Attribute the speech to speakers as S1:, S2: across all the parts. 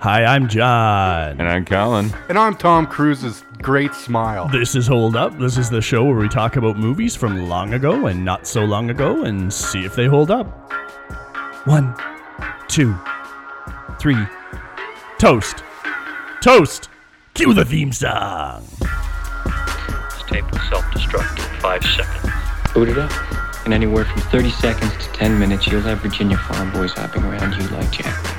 S1: Hi, I'm John.
S2: And I'm Colin.
S3: And I'm Tom Cruise's great smile.
S1: This is Hold Up. This is the show where we talk about movies from long ago and not so long ago and see if they hold up. One, two, three. Toast. Toast. Cue the theme song.
S4: This tape will self-destruct in five seconds.
S5: Boot it up. In anywhere from 30 seconds to 10 minutes, you'll have Virginia farm boys hopping around you like jackrabbits.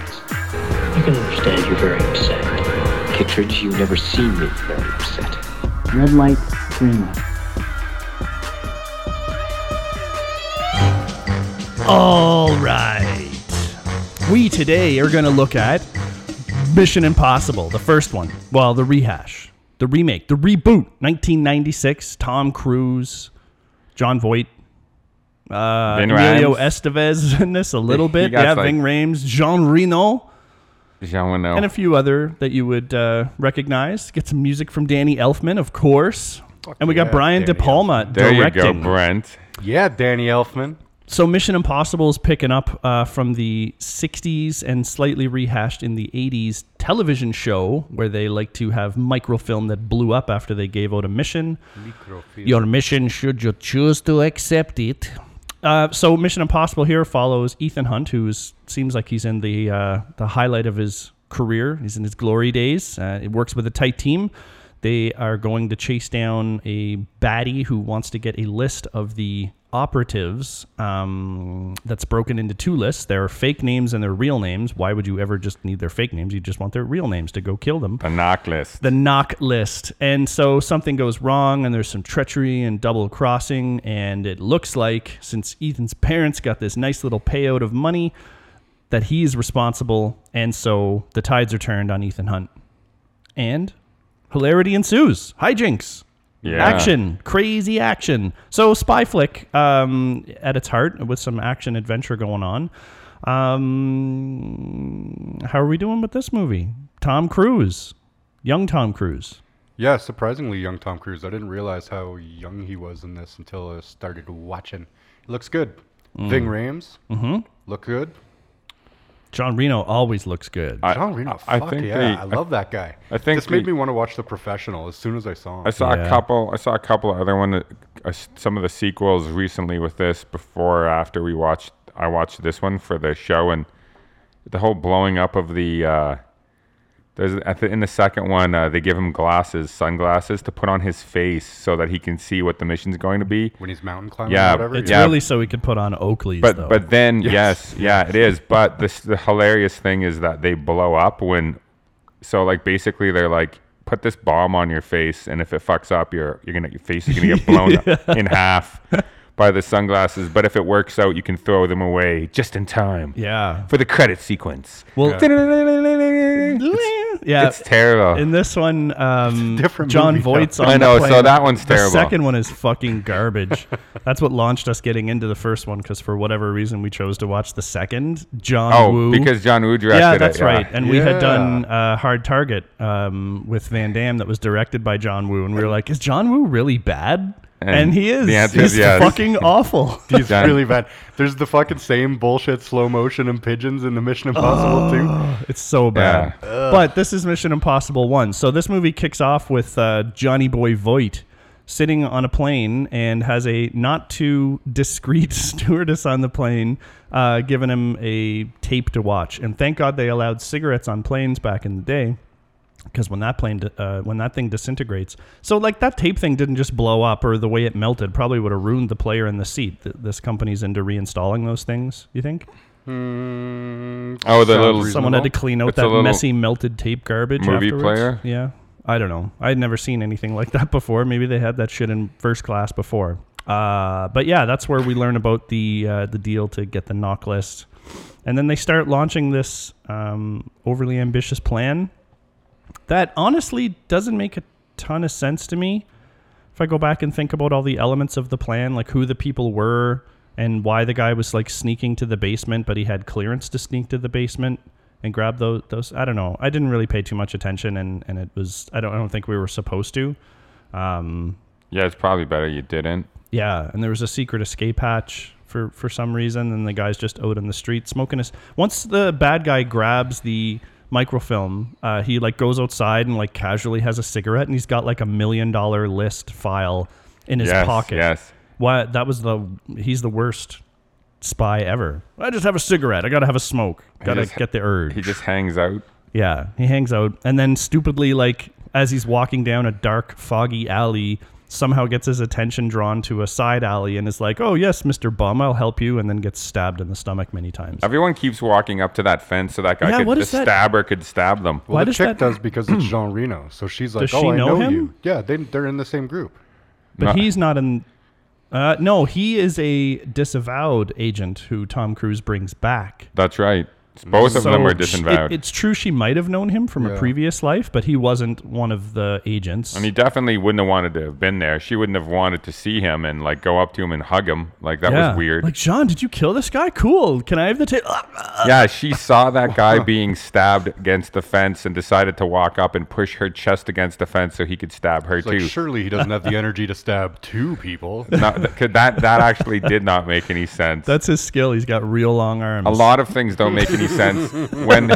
S4: I can understand you're very upset.
S5: Kittredge, you've never seen me very upset.
S6: Red light, green light.
S1: All right. We today are going to look at Mission Impossible, the first one. Well, the rehash, the remake, the reboot, 1996. Tom Cruise, John Voight, uh,
S2: Ving
S1: Emilio
S2: Rhames.
S1: Estevez in this a little
S2: He
S1: bit.
S2: got
S1: Yeah,
S2: like-
S1: Ving Rhames, Jean Reno,
S2: Jean Renault.
S1: and a few other that you would uh, recognize. Get some music from Danny Elfman, of course. and we got
S3: yeah,
S1: Brian De
S3: Danny
S1: Palma
S2: there
S1: directing.
S2: you go, Brent.
S3: Yeah, Danny Elfman.
S1: So Mission Impossible is picking up uh, from the 60s and slightly rehashed in the 80s television show where they like to have microfilm that blew up after they gave out a mission. Your mission, should you choose to accept it. Uh, so Mission Impossible here follows Ethan Hunt, who is, seems like he's in the uh, the highlight of his career. He's in his glory days. Uh, it works with a tight team. They are going to chase down a baddie who wants to get a list of the operatives um, that's broken into two lists. Their fake names and their real names. Why would you ever just need their fake names? You just want their real names to go kill them
S2: The knock list.
S1: the knock list. And so something goes wrong, and there's some treachery and double crossing. And it looks like, since Ethan's parents got this nice little payout of money, that he's responsible. And so the tides are turned on Ethan Hunt. And hilarity ensues. Hijinks.
S2: Yeah.
S1: Action, crazy action. So spy flick um, at its heart, with some action adventure going on. Um, how are we doing with this movie? Tom Cruise, young Tom Cruise.
S3: Yeah, surprisingly young Tom Cruise. I didn't realize how young he was in this until I started watching. He looks good.
S2: Mm.
S3: Ving Rhames. Mm-hmm. Look good.
S1: John Reno always looks good.
S2: I-
S3: John Reno.
S2: I
S3: Fuck
S2: think
S3: yeah,
S2: they-
S3: I love that guy.
S2: I think
S3: this made
S2: they-
S3: me want to watch The Professional as soon as I saw him.
S2: I saw
S1: Yeah.
S2: a couple. I saw a couple other one. that- uh, s- some of the sequels recently with this before or after we watched. I watched this one for the show and the whole blowing up of the. Uh, there's at the, in the second one uh, they give him glasses, sunglasses to put on his face so that he can see what the mission's going to be.
S3: when he's mountain climbing
S2: Yeah,
S3: or whatever.
S1: it's
S2: yeah.
S1: really so he could put on Oakley's,
S2: But
S1: though.
S2: but then yes, yeah, it is. But this the hilarious thing is that they blow up when so like basically they're like put this bomb on your face and if it fucks up your you're gonna your face is gonna get blown up in half by the sunglasses. But if it works out you can throw them away just in time.
S1: yeah,
S2: For the credit sequence.
S1: well,
S2: It's-
S1: yeah.
S2: It's terrible.
S1: in this one, um,
S3: different
S1: John
S3: movie, though.
S1: Voight's on
S2: I
S1: the
S2: know, so
S1: plane.
S2: that one's terrible.
S1: The second one is fucking garbage. That's what launched us getting into the first one because for whatever reason we chose to watch the second. John
S2: oh,
S1: Woo.
S2: because John Woo directed
S1: yeah,
S2: it,
S1: that's right. And we had
S3: Yeah.
S1: done uh, Hard Target um, with Van Damme that was directed by John Woo, and we were like, "Is John Woo really bad?" And,
S2: And
S1: he is.
S2: the answer
S1: He's
S2: is yes.
S1: fucking awful.
S3: He's
S2: John-
S3: really bad. There's the fucking same bullshit slow motion and pigeons in the Mission Impossible too.
S2: Oh,
S1: It's so bad. But this is Mission Impossible 1. So this movie kicks off with uh, Johnny Boy Voight sitting on a plane and has a not too discreet stewardess on the plane uh, giving him a tape to watch. And thank God they allowed cigarettes on planes back in the day. Because when that plane, di- uh, when that thing disintegrates, so like that tape thing didn't just blow up, or the way it melted probably would have ruined the player in the seat. Th- This company's into reinstalling those things. You think?
S3: Hmm,
S2: Oh, the little
S3: Sounds reasonable.
S1: Someone had to clean out
S2: It's a
S1: that
S2: little-
S1: messy melted tape garbage.
S2: Movie
S1: afterwards.
S2: player?
S1: Yeah, I don't know. I had never seen anything like that before. Maybe they had that shit in first class before. Uh, but yeah, that's where we learn about the uh, the deal to get the knock list, and then they start launching this um, overly ambitious plan that honestly doesn't make a ton of sense to me. If I go back and think about all the elements of the plan, like who the people were and why the guy was like sneaking to the basement, but he had clearance to sneak to the basement and grab those, those I don't know. I didn't really pay too much attention, and and it was I don't I don't think we were supposed to. Um,
S2: Yeah, it's probably better you didn't.
S1: yeah, and there was a secret escape hatch for for some reason, and the guy's just out in the street smoking his. Once the bad guy grabs the microfilm, uh, he like goes outside and like casually has a cigarette, and he's got like a million dollar list file in his
S2: Yes,
S1: pocket.
S2: yes.
S1: Why? That was the he's the worst spy ever. I just have a cigarette. I gotta have a smoke. Gotta
S2: just-
S1: get the urge.
S2: He just hangs out.
S1: Yeah, he hangs out and then stupidly like as he's walking down a dark, foggy alley, somehow gets his attention drawn to a side alley and is like, "Oh yes, Mister Bum, I'll help you," and then gets stabbed in the stomach many times.
S2: Everyone keeps walking up to that fence so that guy
S1: Yeah,
S2: could
S1: what
S2: the
S1: is that?
S2: stabber could stab them.
S1: Why
S3: Well, the
S1: does
S3: chick
S1: that-
S3: does because it's Jean Reno. So she's like,
S1: Does
S3: "Oh,
S1: she
S3: I
S1: know
S3: know,
S1: him?
S3: you." Yeah, they they're in the same group.
S1: But
S2: No.
S1: he's not in. Uh, no, he is a disavowed agent who Tom Cruise brings back.
S2: That's right. Both of them
S1: So
S2: were
S1: sh-
S2: disavowed.
S1: it- it's true she might have known him from a
S3: Yeah.
S1: previous life, but he wasn't one of the agents.
S2: and he definitely wouldn't have wanted to have been there. She wouldn't have wanted to see him and like go up to him and hug him. Like that was weird.
S1: Like, John, did you kill this guy? Cool. Can I have the tape?
S2: yeah, she saw that guy being stabbed against the fence and decided to walk up and push her chest against the fence so he could stab her
S3: It's like
S2: too.
S3: surely he doesn't have the energy to stab two people.
S2: No, th- could- that that actually did not make any sense.
S1: That's his skill. He's got real long arms.
S2: a lot of things don't make any sense when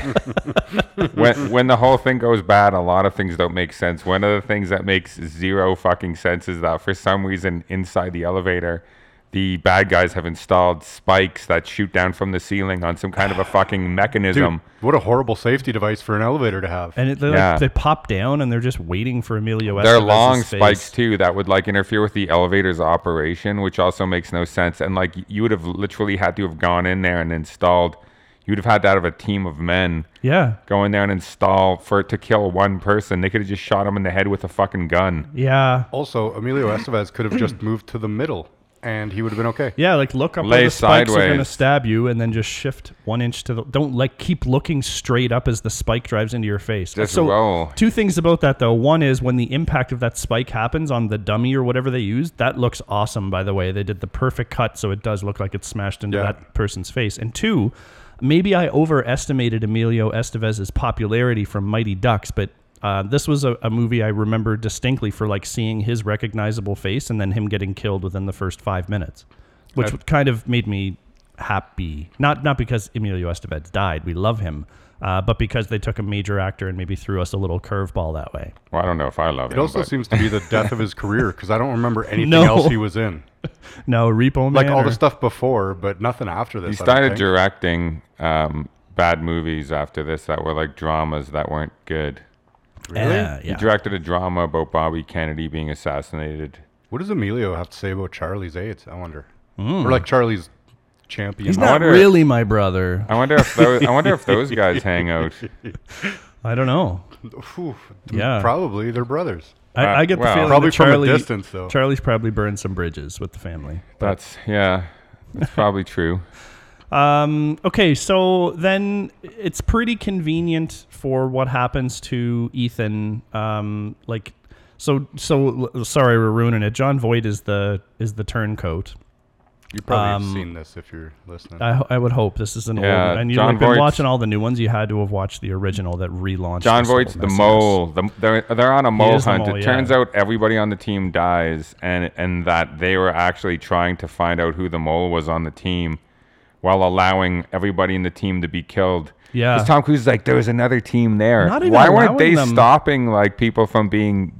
S2: when when the whole thing goes bad. A lot of things don't make sense. One of the things that makes zero fucking sense is that for some reason inside the elevator, the bad guys have installed spikes that shoot down from the ceiling on some kind of a fucking
S3: Dude,
S2: mechanism.
S3: what a horrible safety device for an elevator to have.
S1: And it, they
S2: Yeah.
S1: like, they pop down and they're just waiting for Emilio
S2: They're
S1: Estevez's
S2: long
S1: face.
S2: spikes too that would like interfere with the elevator's operation, which also makes no sense. And like you would have literally had to have gone in there and installed. You would have had to have a team of men
S1: Yeah.
S2: go in there and install for it to kill one person. They could have just shot him in the head with a fucking gun.
S1: Yeah.
S3: also, Emilio Estevez could have just moved to the middle, and he would have been okay.
S1: Yeah, like look up
S2: Lay
S1: where the spikes are going to
S2: sideways.
S1: stab you and then just shift one inch to the. Don't like keep looking straight up as the spike drives into your face.
S2: Just
S1: so,
S2: roll.
S1: two things about that though. One is when the impact of that spike happens on the dummy or whatever they used, that looks awesome, by the way. They did the perfect cut so it does look like it's smashed into
S3: Yeah.
S1: that person's face. And two, maybe I overestimated Emilio Estevez's popularity from Mighty Ducks, but. Uh, this was a, a movie I remember distinctly for like seeing his recognizable face and then him getting killed within the first five minutes which kind of made me happy. Not not because Emilio Estevez died, we love him, uh, but because they took a major actor and maybe threw us a little curveball that way.
S2: Well, I don't know if I love it.
S3: It also
S2: but
S3: seems to be the death of his career because I don't remember anything
S1: No.
S3: else he was in.
S1: No, Repo Man.
S3: Like all
S1: or-
S3: the stuff before, but nothing after
S2: he
S3: this. I don't
S2: started
S3: think.
S2: directing um, bad movies after this that were like dramas that weren't good.
S1: Yeah,
S2: He
S1: yeah.
S2: directed a drama about Bobby Kennedy being assassinated.
S3: What does Emilio have to say about Charlie's AIDS? I wonder. Or like Charlie's champion.
S1: Hmm. He's
S3: I
S1: not
S2: wonder-
S1: really my brother.
S3: Uh,
S2: I wonder if those, I wonder if those guys hang out.
S1: I don't know.
S3: Phew,
S1: Yeah.
S3: Probably they're brothers.
S1: I,
S2: Uh,
S1: I get the
S2: well-
S1: feeling
S3: Probably
S1: that
S3: from a
S1: Charlie,
S3: distance, though.
S1: Charlie's probably burned some bridges with the family.
S2: That's yeah. That's probably true.
S1: Um, okay, so then it's pretty convenient for what happens to Ethan. Um, like, so so sorry, we're ruining it. John Voight is the is the turncoat.
S3: You probably
S1: Um,
S3: have seen this if you're listening.
S1: I, ho- I would hope this is an
S2: Yeah,
S1: old. And you've
S2: John
S1: like, been
S2: Voight's-
S1: watching all the new ones. You had to have watched the original that relaunched.
S2: John
S1: this whole
S2: Voight's the
S1: messiness.
S2: mole. The, they're, they're on a mole
S1: is the
S2: hunt.
S1: mole,
S2: it
S1: yeah.
S2: turns out everybody on the team dies, and and that they were actually trying to find out who the mole was on the team, while allowing everybody in the team to be killed.
S1: Yeah.
S2: 'Cause Tom Cruise is like, there was another team there.
S1: Not even
S2: Why weren't
S1: allowing
S2: they
S1: them-
S2: stopping like people from being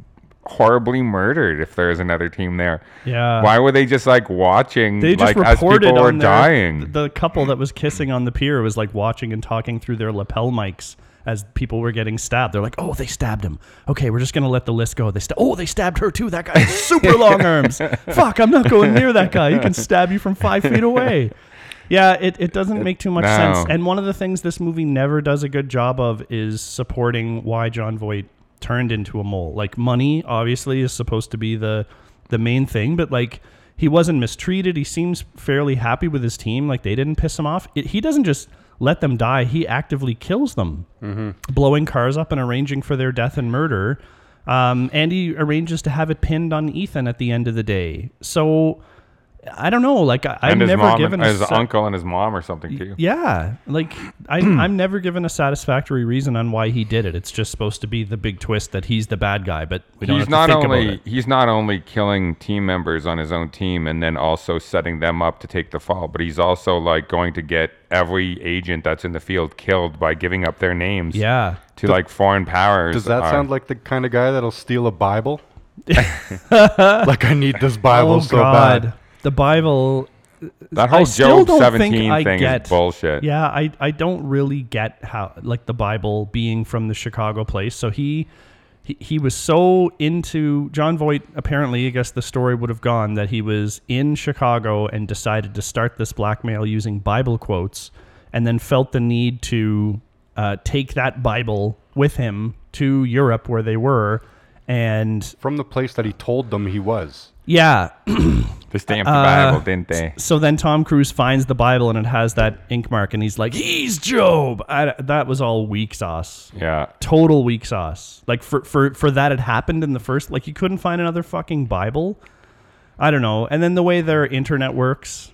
S2: horribly murdered if there was another team there?
S1: Yeah.
S2: Why were they just like watching?
S1: They just
S2: like as
S1: reported
S2: people were
S1: on their,
S2: dying.
S1: th- The couple that was kissing on the pier was like watching and talking through their lapel mics as people were getting stabbed. They're like, "Oh, they stabbed him. Okay, we're just gonna let the list go. They sta- oh, they stabbed her too. That guy has super long arms. Fuck, I'm not going near that guy. He can stab you from five feet away." Yeah, it, it doesn't make too much
S2: No.
S1: sense. And one of the things this movie never does a good job of is supporting why John Voight turned into a mole. Like money obviously is supposed to be the the main thing, but like he wasn't mistreated. He seems fairly happy with his team. Like they didn't piss him off. It, he doesn't just let them die. He actively kills them,
S2: Mm-hmm.
S1: blowing cars up and arranging for their death and murder. Um, and he arranges to have it pinned on Ethan at the end of the day. So I don't know. Like I, I've
S2: and his
S1: never
S2: mom
S1: given
S2: and
S1: a
S2: his
S1: sa-
S2: uncle and his mom or something too.
S1: Yeah, like I, I'm never given a satisfactory reason on why he did it. It's just supposed to be the big twist that he's the bad guy, but we don't
S2: he's
S1: have
S2: not
S1: to think
S2: only
S1: about it.
S2: he's not only killing team members on his own team and then also setting them up to take the fall, but he's also like going to get every agent that's in the field killed by giving up their names
S1: Yeah,
S2: to like foreign powers.
S3: Does that
S2: Uh,
S3: sound like the kind of guy that'll steal a Bible? like I need this Bible
S1: oh
S3: so
S1: god,
S3: bad.
S1: the Bible.
S2: that whole
S1: I still
S2: Job
S1: don't think
S2: seventeen
S1: I
S2: thing
S1: get.
S2: is bullshit?
S1: Yeah, I, I don't really get how like the Bible being from the Chicago place. So he he, he was so into John Voight. Apparently, I guess the story would have gone that he was in Chicago and decided to start this blackmail using Bible quotes, and then felt the need to uh, take that Bible with him to Europe where they were. And
S3: From the place that he told them he was.
S1: yeah,
S2: They
S1: Uh,
S2: stamped the Bible, didn't they?
S1: so then Tom Cruise finds the Bible and it has that ink mark, and he's like, "He's Job." I, that was all weak sauce.
S2: Yeah.
S1: total weak sauce. Like for for for that had happened in the first. Like you couldn't find another fucking Bible. I don't know. And then the way their internet works.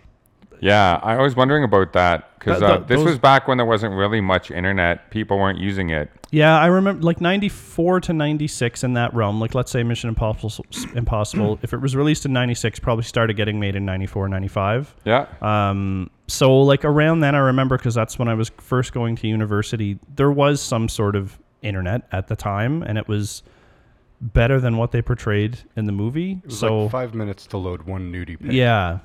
S2: Yeah, I was wondering about that because
S1: That-
S2: uh,
S1: that-
S2: this
S1: those-
S2: was back when there wasn't really much internet. People weren't using it.
S1: Yeah, I remember like '94 to '96 in that realm. Like let's say Mission Impossible. Impossible. if it was released in '96, probably started getting made in '94, '95.
S2: Yeah,
S1: Um, so like around then, I remember because that's when I was first going to university. There was some sort of internet at the time, and it was better than what they portrayed in the movie.
S3: It was
S1: so
S3: like five minutes to load one nudie pic.
S1: Yeah.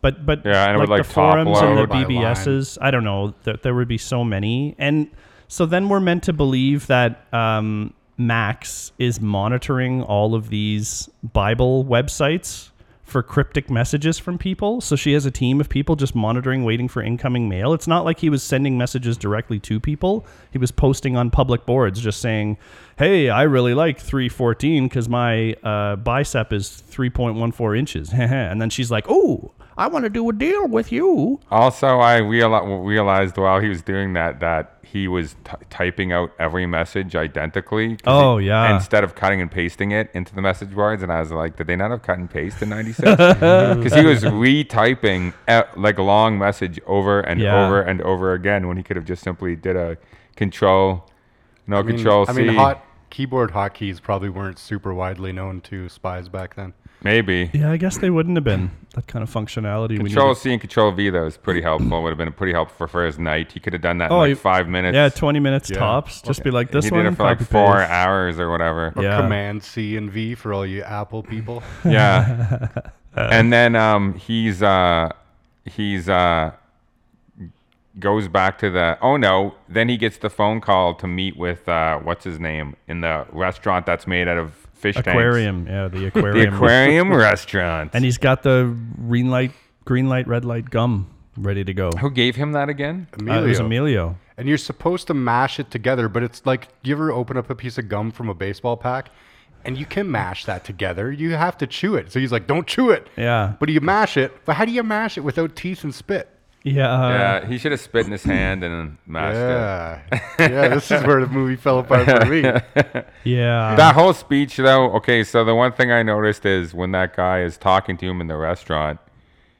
S1: But but
S2: Yeah, and it
S1: like,
S2: would, like,
S1: the
S2: top
S1: forums and the
S2: load.
S3: By
S1: BBSs, I don't know. There, there would be so many, and so then we're meant to believe that um, Max is monitoring all of these Bible websites for cryptic messages from people. So she has a team of people just monitoring, waiting for incoming mail. It's not like he was sending messages directly to people. He was posting on public boards, just saying, "Hey, I really like 314 because my uh, bicep is 3.14 inches." and then she's like, "Oh." I want to do a deal with you.
S2: Also, I reali- realized while he was doing that that he was t- typing out every message identically. 'cause
S1: Oh,
S2: he-
S1: yeah.
S2: Instead of cutting and pasting it into the message boards, and I was like, did they not have cut and paste in '96? Because he was retyping e- like a long message over and
S1: Yeah.
S2: over and over again when he could have just simply did a control, no
S3: I mean,
S2: control
S3: I mean,
S2: C.
S3: hot keyboard hotkeys probably weren't super widely known to spies back then.
S2: Maybe.
S1: Yeah, I guess they wouldn't have been that kind of functionality. we
S2: Control
S1: needed.
S2: C and Control V though is pretty helpful. Would have been pretty helpful for his night. He could have done that
S1: Oh,
S2: in
S1: he-
S2: like five minutes.
S1: Yeah, twenty minutes tops. Just be like
S2: he
S1: this
S2: did
S1: one.
S2: it for like
S1: copy
S2: four
S1: paste.
S2: hours or whatever.
S1: Yeah. Uh,
S3: Command C and V for all you Apple people.
S2: Yeah. and then um, he's uh, he's uh, goes back to the. Oh no! Then he gets the phone call to meet with uh, what's his name in the restaurant that's made out of fish tanks.
S1: Aquarium. Yeah, the
S2: The
S1: aquarium.
S2: aquarium restaurant.
S1: And he's got the green light, green light, red light gum ready to go. Uh,
S2: who gave him that again?
S1: it was
S3: Emilio.
S1: Emilio.
S3: and you're supposed to mash it together, but it's like you ever open up a piece of gum from a baseball pack and you can mash that together. You have to chew it. So he's like, don't chew it.
S1: Yeah.
S3: But you mash it. But how do you mash it without teeth and spit?
S1: Yeah. uh,
S2: yeah, Uh, he should have spit in his hand and mashed it.
S3: Yeah. yeah, this is where the movie fell apart for me.
S1: yeah.
S2: That whole speech, though, okay, so the one thing I noticed is when that guy is talking to him in the restaurant,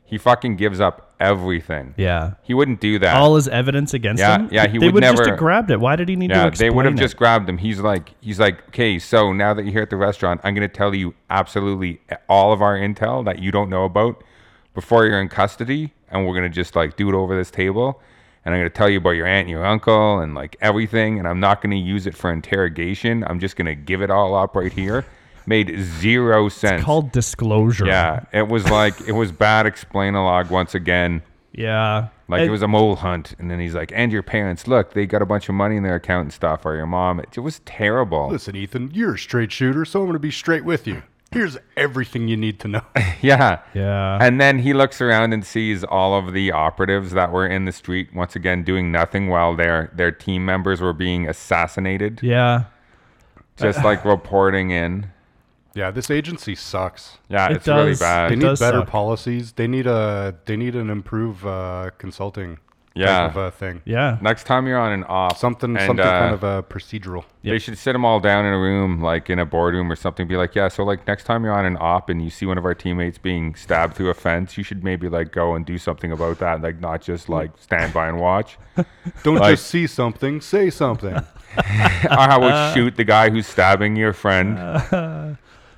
S2: he fucking gives up everything.
S1: yeah.
S2: He wouldn't do that.
S1: All his evidence against
S2: Yeah,
S1: him.
S2: yeah, he
S1: they
S2: would
S1: have just
S2: never-
S1: have grabbed it. Why did he need to
S2: yeah,
S1: explain
S2: they would have
S1: it?
S2: just grabbed him. He's like, he's like, okay, so now that you're here at the restaurant, I'm gonna tell you absolutely all of our intel that you don't know about before you're in custody, and we're gonna just like do it over this table, and I'm gonna tell you about your aunt and your uncle and like everything, and I'm not gonna use it for interrogation. I'm just gonna give it all up right here. Made zero sense.
S1: called disclosure.
S2: yeah, it was like it was bad. Explain a log once again.
S1: Yeah.
S2: Like
S1: And-
S2: it was a mole hunt, and then he's like, "And your parents, look, they got a bunch of money in their account and stuff, or your mom." It, it was terrible.
S3: Listen, Ethan, you're a straight shooter, so I'm going to be straight with you. Here's everything you need to know.
S2: Yeah.
S1: Yeah.
S2: And then he looks around and sees all of the operatives that were in the street once again doing nothing while their their team members were being assassinated,
S1: yeah.
S2: just like reporting in.
S3: yeah, this agency sucks.
S2: Yeah,
S1: It
S2: it's really
S1: does. It
S3: They
S2: bad.
S3: need
S1: does
S3: better
S1: suck.
S3: policies. They need a they need an improved uh, consulting
S2: Yeah.
S3: type of a thing.
S1: Yeah.
S2: Next time you're on an off,
S3: Something,
S2: and,
S3: something
S2: uh,
S3: kind of a procedural.
S2: They
S1: Yep.
S2: should sit them all down in a room, like in a boardroom or something. Be like, yeah, so like next time you're on an op and you see one of our teammates being stabbed through a fence, you should maybe like go and do something about that, like not just
S3: Hmm.
S2: like stand by and watch.
S3: Don't
S2: Like-
S3: just see something, say something.
S2: or how would shoot the guy who's stabbing your friend.
S3: Uh.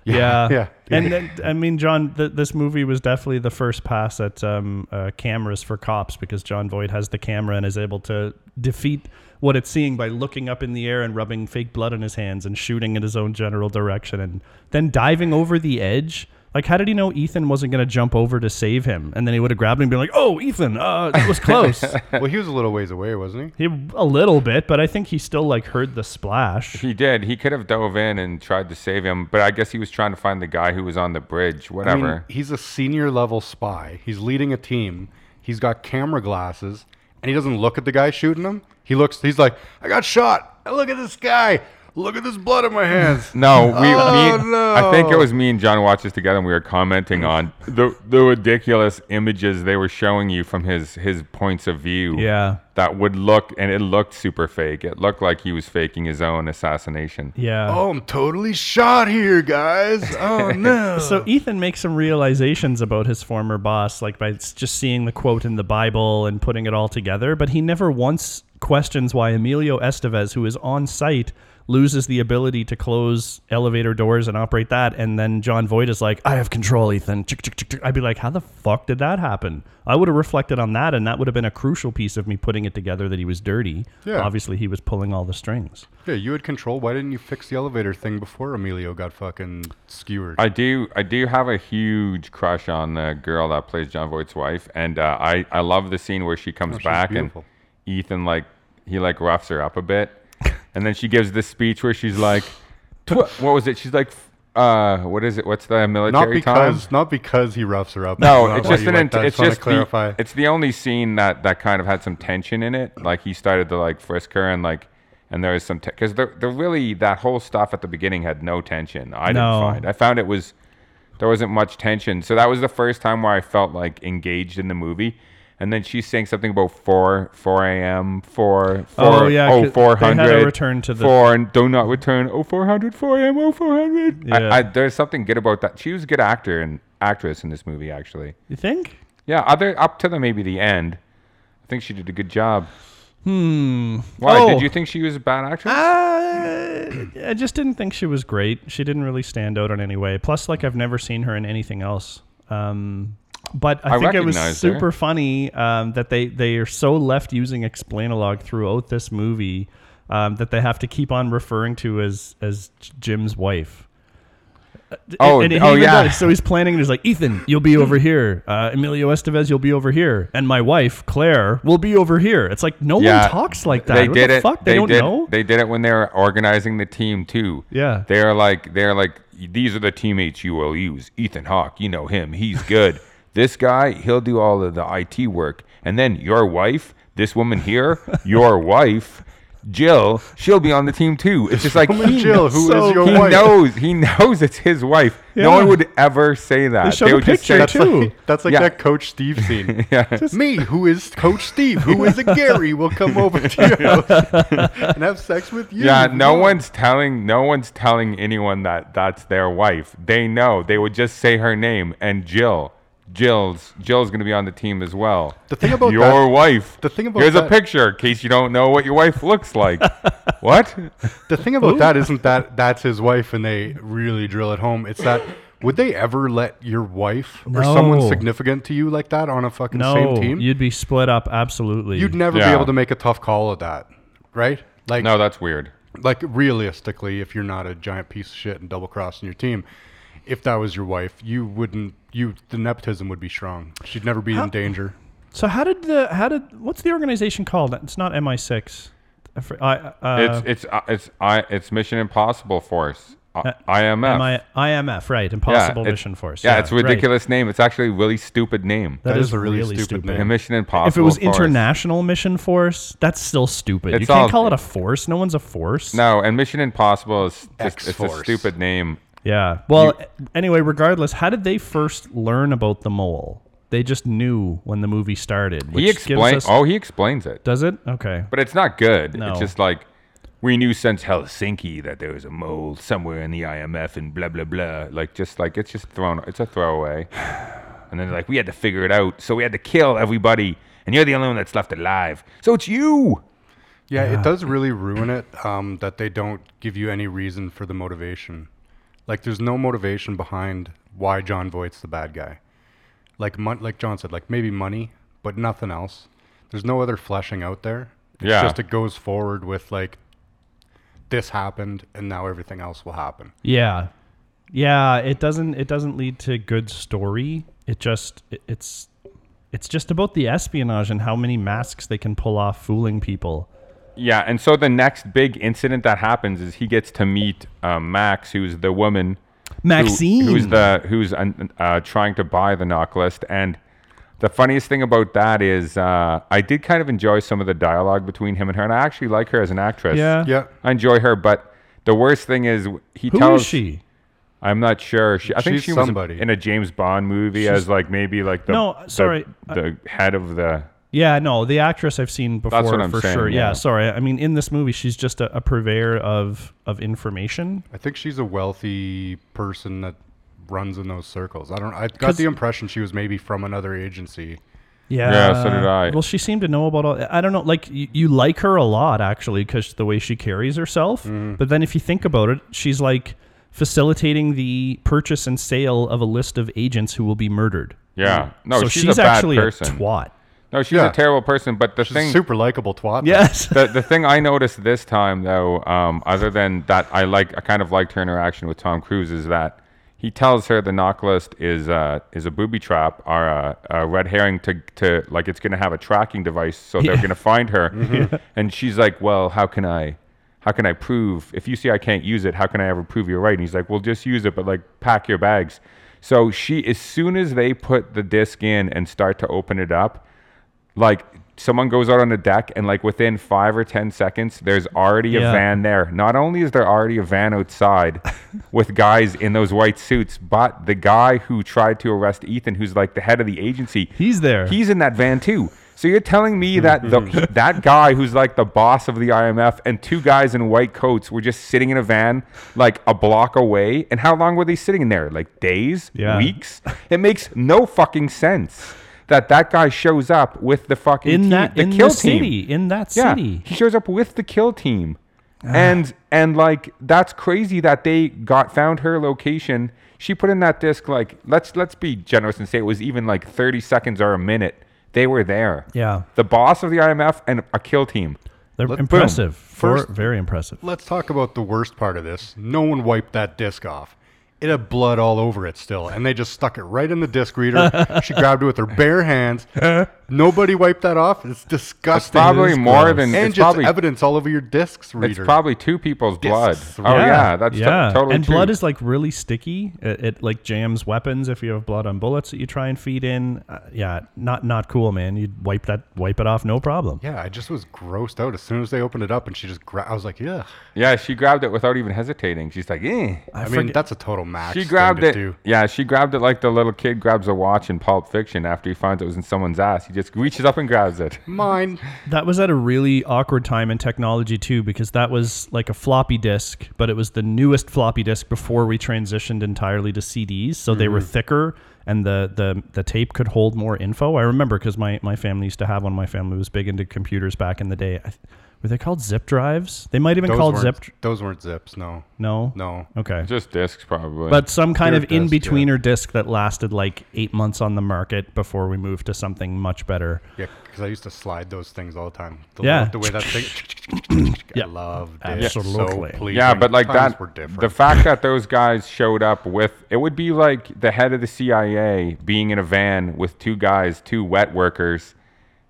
S1: Yeah.
S3: yeah.
S1: And then, I mean, John, th- this movie was definitely the first pass at um, uh, cameras for cops because John Voight has the camera and is able to defeat what it's seeing by looking up in the air and rubbing fake blood in his hands and shooting in his own general direction and then diving over the edge. Like, how did he know Ethan wasn't going to jump over to save him? And then he would have grabbed him and been like, oh, Ethan, uh, that was close.
S3: well, he was a little ways away, wasn't
S1: he, a little bit, but I think he still, like, heard the splash.
S2: He did. He could have dove in and tried to save him, but I guess he was trying to find the guy who was on the bridge.
S3: he? I mean,
S2: Whatever.
S3: he's a senior level spy. He's leading a team. He's got camera glasses, and he doesn't look at the guy shooting him. He looks. He's like, I got shot. And Look at this guy. Look at this blood on my hands.
S2: No, we.
S3: Oh,
S2: me- I think it
S3: no.
S2: was me and John watched this together, and we were commenting on the the ridiculous images they were showing you from his his points of view.
S1: Yeah.
S2: that would look, and it looked super fake. It looked like he was faking his own assassination.
S1: Yeah.
S3: oh, I'm totally shot here, guys. Oh no.
S1: So Ethan makes some realizations about his former boss, like by s- just seeing the quote in the Bible and putting it all together. But he never once questions why Emilio Estevez, who is on site, loses the ability to close elevator doors and operate that. And then John Voight is like, "I have control, Ethan." Chick, chick, chick, chick. I'd be like, "How the fuck did that happen?" I would have reflected on that, and that would have been a crucial piece of me putting it together that he was dirty.
S3: Yeah.
S1: Obviously, he was pulling all the strings.
S3: Yeah, you had control. Why didn't you fix the elevator thing before Emilio got fucking skewered?
S2: I do. I do have a huge crush on the girl that plays John Voight's wife, and uh, I I love the scene where she comes
S3: Oh, she's
S2: back
S3: beautiful.
S2: and Ethan like he like roughs her up a bit, and then she gives this speech where she's like, tw- "What was it?" She's like, uh, "What is it? What's the military
S3: not
S2: time?"
S3: because not because he roughs her up.
S2: No,
S3: That's
S2: it's
S3: not why
S2: just
S3: you
S2: an.
S3: like
S2: int-
S3: that. I
S2: it's
S3: wanna
S2: just
S3: clarify.
S2: the. It's the only scene that that kind of had some tension in it. Like he started to like frisk her and like, and there was some because the the really that whole stuff at the beginning had no tension.
S1: No.
S2: I didn't find. I found it was there wasn't much tension. So that was the first time where I felt like engaged in the movie. And then she's saying something about four, four a.m., four,
S1: Oh,
S2: four,
S1: yeah, 'cause
S2: oh,
S1: they
S2: 400.
S1: had a return to the-
S2: four, and do not return. Oh, 400, 4 a.m., oh, 400. I-
S1: Yeah.
S2: I, there's something good about that. She was a good actor and actress in this movie, actually.
S1: You think?
S2: Yeah, other up to the maybe the end. I think she did a good job.
S1: Hmm.
S2: Why
S1: Oh.
S2: did you think she was a bad actress?
S1: Uh, I just didn't think she was great. She didn't really stand out in any way. Plus, like I've never seen her in anything else. Um, but I,
S2: I
S1: think it was
S2: recognized her.
S1: super funny um, that they they are so left using Explainalog throughout this movie um, that they have to keep on referring to as as Jim's wife. Uh,
S2: Oh,
S1: And he
S2: oh,
S1: even
S2: yeah.
S1: does. so he's planning, and he's like, "Ethan, you'll be over here. Uh, Emilio Estevez, you'll be over here, and my wife Claire will be over here." It's like no one talks like that.
S2: They
S1: what
S2: did
S1: the
S2: it.
S1: Fuck, they, don't
S2: did,
S1: know.
S2: They did it when they were organizing the team too.
S1: Yeah.
S2: They're like they're like these are the teammates you will use. Ethan Hawke, you know him. He's good. this guy, he'll do all of the IT work. And then your wife, this woman here, your wife, Jill, she'll be on the team too. It's just like
S3: Woman
S2: he
S3: Jill, who is
S2: knows-
S3: your
S2: he
S3: wife.
S2: knows he knows it's his wife. No
S1: Yeah.
S2: one would ever say that.
S1: show the
S2: would just
S1: picture,
S2: say-
S3: that's
S1: too.
S3: like, that's like
S2: Yeah.
S3: that Coach Steve scene.
S2: Yeah.
S3: Me, who is Coach Steve, who is a Gary, will come over to your house and have sex with you.
S2: Yeah, no one's telling no one's telling anyone that that's their wife. They know. They would just say her name and Jill. Jill's Jill's going to be on the team as well.
S3: The thing about
S2: your
S3: that-
S2: wife.
S3: the thing about
S2: Here's
S3: that-
S2: a picture in case you don't know what your wife looks like. what?
S3: The thing about that isn't that that's his wife and they really drill it home. It's that would they ever let your wife or someone
S1: No.
S3: significant to you like that on a fucking
S1: No,
S3: same team?
S1: you'd be split up absolutely.
S3: You'd never be
S2: Yeah.
S3: able to make a tough call at that, right? Like,
S2: No, that's weird.
S3: like realistically, if you're not a giant piece of shit and double crossing your team, if that was your wife, you wouldn't. You the nepotism would be strong. She'd never be in danger.
S1: so how did the how did what's the organization called? It's not MI6. I fr- I, uh,
S2: it's it's uh, it's I it's Mission Impossible Force. Uh, I, IMF.
S1: MI, IMF, right? Impossible Mission Force.
S2: Yeah, it's a
S1: right.
S2: ridiculous name. It's actually a really stupid name.
S1: that is, a really, stupid,
S2: And
S1: name.
S2: Mission Impossible.
S1: If it was
S2: Force.
S1: International Mission Force, that's still stupid. you
S2: It's
S1: can't
S2: all-
S1: call it a force. No one's a force.
S2: No, and Mission Impossible is just, it's a
S3: X-Force.
S2: stupid name.
S1: Yeah. Well, anyway, regardless, how did they first learn about the mole? They just knew when the movie started. Which
S2: He explains.
S1: Gives us,
S2: Oh, he explains it,
S1: does it? Okay.
S2: but it's not good.
S1: No.
S2: It's just like we knew since Helsinki that there was a mole somewhere in the IMF and blah blah blah. Like just like it's just thrown. It's a throwaway. And then like we had to figure it out, so we had to kill everybody, and you're the only one that's left alive. So it's you.
S3: Yeah, it does really ruin it um, that they don't give you any reason for the motivation. Like, there's no motivation behind why John Voight's the bad guy. Like, mon- like John said, like maybe money, but nothing else. There's no other fleshing out there. It's
S2: Yeah.
S3: just it goes forward with like this happened and now everything else will happen.
S1: Yeah. Yeah, it doesn't it doesn't lead to good story. It just it- it's it's just about the espionage and how many masks they can pull off fooling people.
S2: Yeah, and so the next big incident that happens is he gets to meet uh, Max, who's the woman, who-
S1: Maxine.
S2: who's the who's uh, uh, trying to buy the knock list. And the funniest thing about that is uh, I did kind of enjoy some of the dialogue between him and her, and I actually like her as an actress.
S1: Yeah.
S3: Yeah.
S2: I enjoy her, but the worst thing is he
S1: Who
S2: tells
S1: is she?
S2: I'm not sure. She, I think
S3: She's
S2: she was
S3: somebody.
S2: in a James Bond movie as like maybe like the
S1: No,
S2: the-
S1: sorry, I-
S2: the, head of the
S1: Yeah, no, the actress I've seen before
S2: what I'm
S1: for
S2: saying,
S1: sure. Yeah.
S2: yeah.
S1: sorry. I mean, in this movie, she's just a, a purveyor of of information.
S3: I think she's a wealthy person that runs in those circles. I don't I got the impression she was maybe from another agency.
S1: Yeah,
S2: Yeah, so did I.
S1: Well, she seemed to know about all. I don't know. Like you, you like her a lot actually because the way she carries herself.
S2: Mm-hmm.
S1: But then if you think about it, she's like facilitating the purchase and sale of a list of agents who will be murdered.
S2: yeah. No,
S1: so
S2: she's,
S1: she's,
S2: a bad
S1: actually
S2: person.
S1: a twat.
S2: No, she's
S3: Yeah.
S2: a terrible person. But the
S3: She's
S2: thing
S3: a super likable twat. though.
S1: Yes.
S2: the, the thing I noticed this time though, um, other than that, I like I kind of liked her interaction with Tom Cruise is that he tells her the knock list is uh, is a booby trap or a, a red herring to, to like it's gonna have a tracking device, so they're gonna find her. And she's like, well, how can I? How can I prove? If you say I can't use it, how can I ever prove you're right? And he's like, well, just use it, but like pack your bags. So she, as soon as they put the disc in and start to open it up, like someone goes out on the deck and like within five or ten seconds there's already
S1: Yeah.
S2: a van there not only is there already a van outside with guys in those white suits but the guy who tried to arrest ethan who's like the head of the agency
S1: He's there.
S2: he's in that van too so you're telling me that the,
S1: Mm-hmm.
S2: that guy who's like the boss of the imf and two guys in white coats were just sitting in a van like a block away and how long were they sitting in there like days
S1: Yeah.
S2: weeks it makes no fucking sense that that guy shows up with the fucking
S1: in
S2: team,
S1: that
S2: the
S1: in
S2: kill
S1: the city.
S2: team.
S1: In that
S2: yeah,
S1: city.
S2: he shows up with the kill team, and and like that's crazy that they got found her location. She put in that disc like let's let's be generous and say it was even like thirty seconds or a minute. They were there.
S1: Yeah.
S2: the boss of the IMF and a kill team.
S1: They're
S3: Let-
S1: impressive. For-
S3: First-
S1: very impressive.
S3: Let's talk about the worst part of this. No one wiped that disc off. It had blood all over it still, and they just stuck it right in the disc reader. she grabbed it with her bare hands. Nobody wiped that off. It's disgusting.
S2: probably
S3: It is
S2: more
S3: gross.
S2: than-
S3: and
S2: it's
S3: just
S2: probably-
S3: evidence all over your discs reader.
S2: It's probably two people's blood.
S3: Discs.
S2: Oh yeah, that's to- totally
S1: and
S2: true.
S1: blood is like really sticky. It, it like jams weapons if you have blood on bullets that you try and feed in. Uh, yeah, not not cool, man. You would wipe that, wipe it off, no problem.
S3: yeah. I just was grossed out as soon as they opened it up, and she just. Gra- I was like, yeah.
S2: yeah. She grabbed it without even hesitating. She's like, eh.
S3: I, mean,
S1: forget-
S3: that's a total max.
S2: She
S3: thing
S2: grabbed
S3: to
S2: it.
S3: do.
S2: Yeah, she grabbed it like the little kid grabs a watch in Pulp Fiction after he finds it was in someone's ass. He just reaches up and grabs it.
S3: Mine.
S1: That was at a really awkward time in technology too, because that was like a floppy disk, but it was the newest floppy disk before we transitioned entirely to CDs. So they were thicker, and the the the tape could hold more info. I remember because my my family used to have one. My family was big into computers back in the day. I, th- were they called zip drives? They might have been
S3: Those
S1: called
S3: weren't,
S1: zip. dr-
S3: those weren't zips. No.
S1: No.
S3: No.
S1: Okay.
S2: Just discs, probably.
S1: But some kind of
S3: Spirit
S1: in
S3: disc, yeah.
S1: betweener disc that lasted like eight months on the market before we moved to something much better.
S3: Yeah, because I used to slide those things all the time. The,
S1: Yeah.
S3: the way that thing.
S1: Yeah.
S3: I loved it.
S1: Absolutely.
S3: So pleasing.
S2: yeah, but like
S3: Times
S2: that,
S3: were different.
S2: the fact that those guys showed up with it would be like the head of the CIA being in a van with two guys, two wet workers,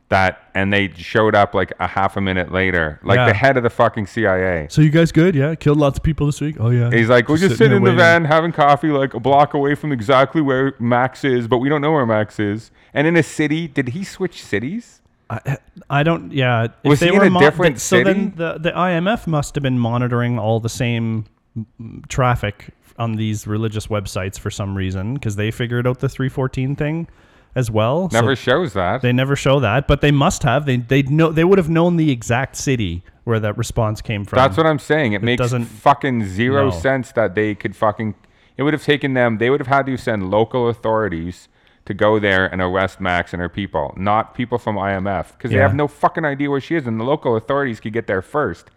S2: that and they showed up like a half a minute later, like
S1: Yeah.
S2: the head of the fucking CIA.
S1: So you guys good? Yeah, killed lots of people this week. Oh yeah.
S2: He's like, we're
S1: sitting
S2: just, sitting in
S1: there
S2: the
S1: waiting."
S2: van having coffee, like a block away from exactly where Max is, but we don't know where Max is. And in a city, did he switch cities?
S1: I, I don't. Yeah. If
S2: Was
S1: they
S2: he in
S1: were
S2: a different
S1: so then
S2: city?
S1: the the IMF must have been monitoring all the same mm, traffic on these religious websites for some reason because they figured out the 314 thing. as well. So
S2: Never shows that.
S1: they never show that, but they must have. They they know they would have known the exact city where that response came from.
S2: That's what I'm saying. It, makes
S1: doesn't-
S2: fucking zero
S1: No.
S2: sense that they could fucking. It would have taken them. They would have had to send local authorities to go there and arrest Max and her people, not people from IMF, because they
S1: Yeah.
S2: have no fucking idea where she is, and the local authorities could get there first.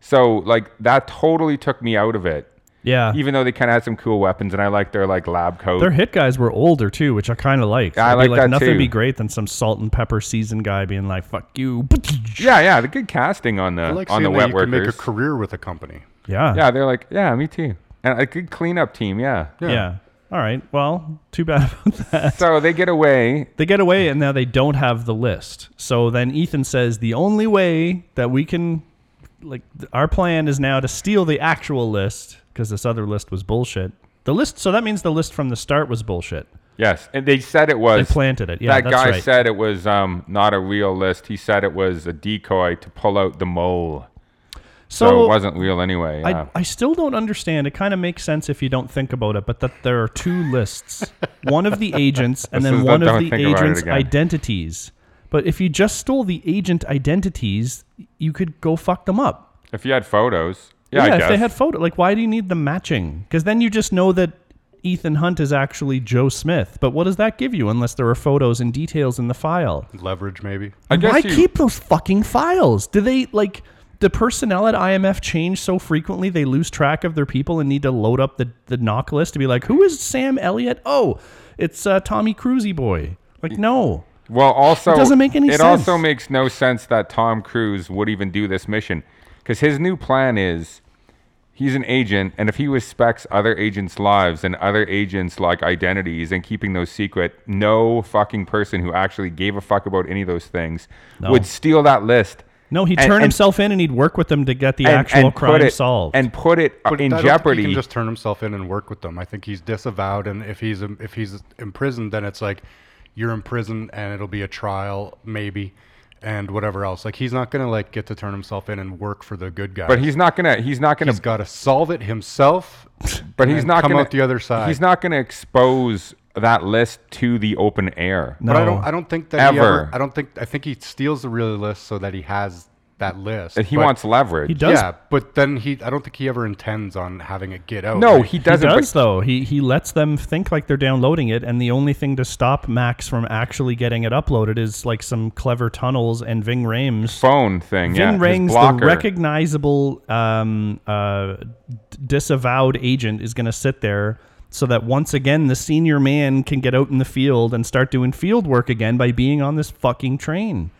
S2: So like that totally took me out of it.
S1: yeah.
S2: Even though they kind of had some cool weapons, and I like their like lab coat.
S1: their hit guys were older too, which I kind of like.
S2: I
S1: I'd be
S2: like that
S1: Nothing
S2: too.
S1: be great than some salt and pepper seasoned guy being like, "Fuck you."
S2: yeah, yeah, the good casting on the
S3: I like
S2: on the
S3: seeing
S2: wet
S3: that you
S2: workers.
S3: can make a career with a company.
S1: Yeah.
S2: yeah, they're like, yeah, me too, and a good cleanup team. Yeah.
S1: Yeah. All right. Well, too bad about that.
S2: So they get away.
S1: They get away and now they don't have the list. So then Ethan says the only way that we can like th- our plan is now to steal the actual list because this other list was bullshit. The list so that means the list from the start was bullshit.
S2: Yes, and they said it was.
S1: They planted it. Yeah,
S2: that
S1: that's
S2: guy
S1: right.
S2: said it was um, not a real list. He said it was a decoy to pull out the mole. So,
S1: so
S2: it wasn't real anyway. yeah.
S1: I, I still don't understand. It kind of makes sense if you don't think about it, but that there are two lists one of the agents and
S2: This
S1: then
S2: is
S1: one
S2: the
S1: of
S2: don't
S1: the
S2: think about it
S1: agent's
S2: again.
S1: identities. But if you just stole the agent identities, you could go fuck them up.
S2: if you had photos, yeah, I
S1: if
S2: guess.
S1: they had photo, like why do you need the matching? Because then you just know that Ethan Hunt is actually Joe Smith. But what does that give you unless there are photos and details in the file?
S3: Leverage, maybe.
S2: I guess
S1: Why
S2: you,
S1: keep those fucking files? Do they like the personnel at IMF change so frequently they lose track of their people and need to load up the the knock list to be like, who is Sam Elliott? Oh, it's uh, Tommy Cruisey boy. Like no,
S2: Well, also
S1: It doesn't make any
S2: it
S1: sense.
S2: also makes no sense that Tom Cruise would even do this mission because his new plan is he's an agent, and if he respects other agents' lives and other agents' like identities and keeping those secret, no fucking person who actually gave a fuck about any of those things would steal that list.
S1: no, he'd
S2: and-
S1: turn
S2: and-
S1: himself in and he'd work with them to get the
S2: and-
S1: actual
S2: and put
S1: crime
S2: it-
S1: solved.
S2: and put it uh,
S3: But
S2: in
S3: I don't think
S2: jeopardy.
S3: he can just turn himself in and work with them. I think he's disavowed, and if he's if he's imprisoned, then it's like you're in prison, and it'll be a trial, maybe, and whatever else. Like he's not gonna like get to turn himself in and work for the good guys.
S2: but he's not gonna. He's not gonna.
S3: he's got to solve it himself.
S2: but
S3: and
S2: he's
S3: then
S2: not
S3: come
S2: gonna
S3: out the other side.
S2: He's not gonna expose that list to the open air.
S1: no,
S3: But I don't. I don't think that he
S2: Ever.
S3: ever. I don't think. I think he steals the real list so that he has that list.
S2: That he
S3: but-
S2: wants leverage.
S1: he does.
S3: Yeah, but then he. I don't think he ever intends on having it get out.
S2: No,
S3: right?
S2: he
S1: He
S2: doesn't.
S1: does
S2: but
S1: though. He he lets them think like they're downloading it, and the only thing to stop Max from actually getting it uploaded is like some clever tunnels and Ving Rhames
S2: phone thing. yeah,
S1: Vin
S2: his
S1: Rang's the
S2: blocker.
S1: recognizable um, uh, d- disavowed agent is going to sit there so that once again the senior man can get out in the field and start doing field work again by being on this fucking train.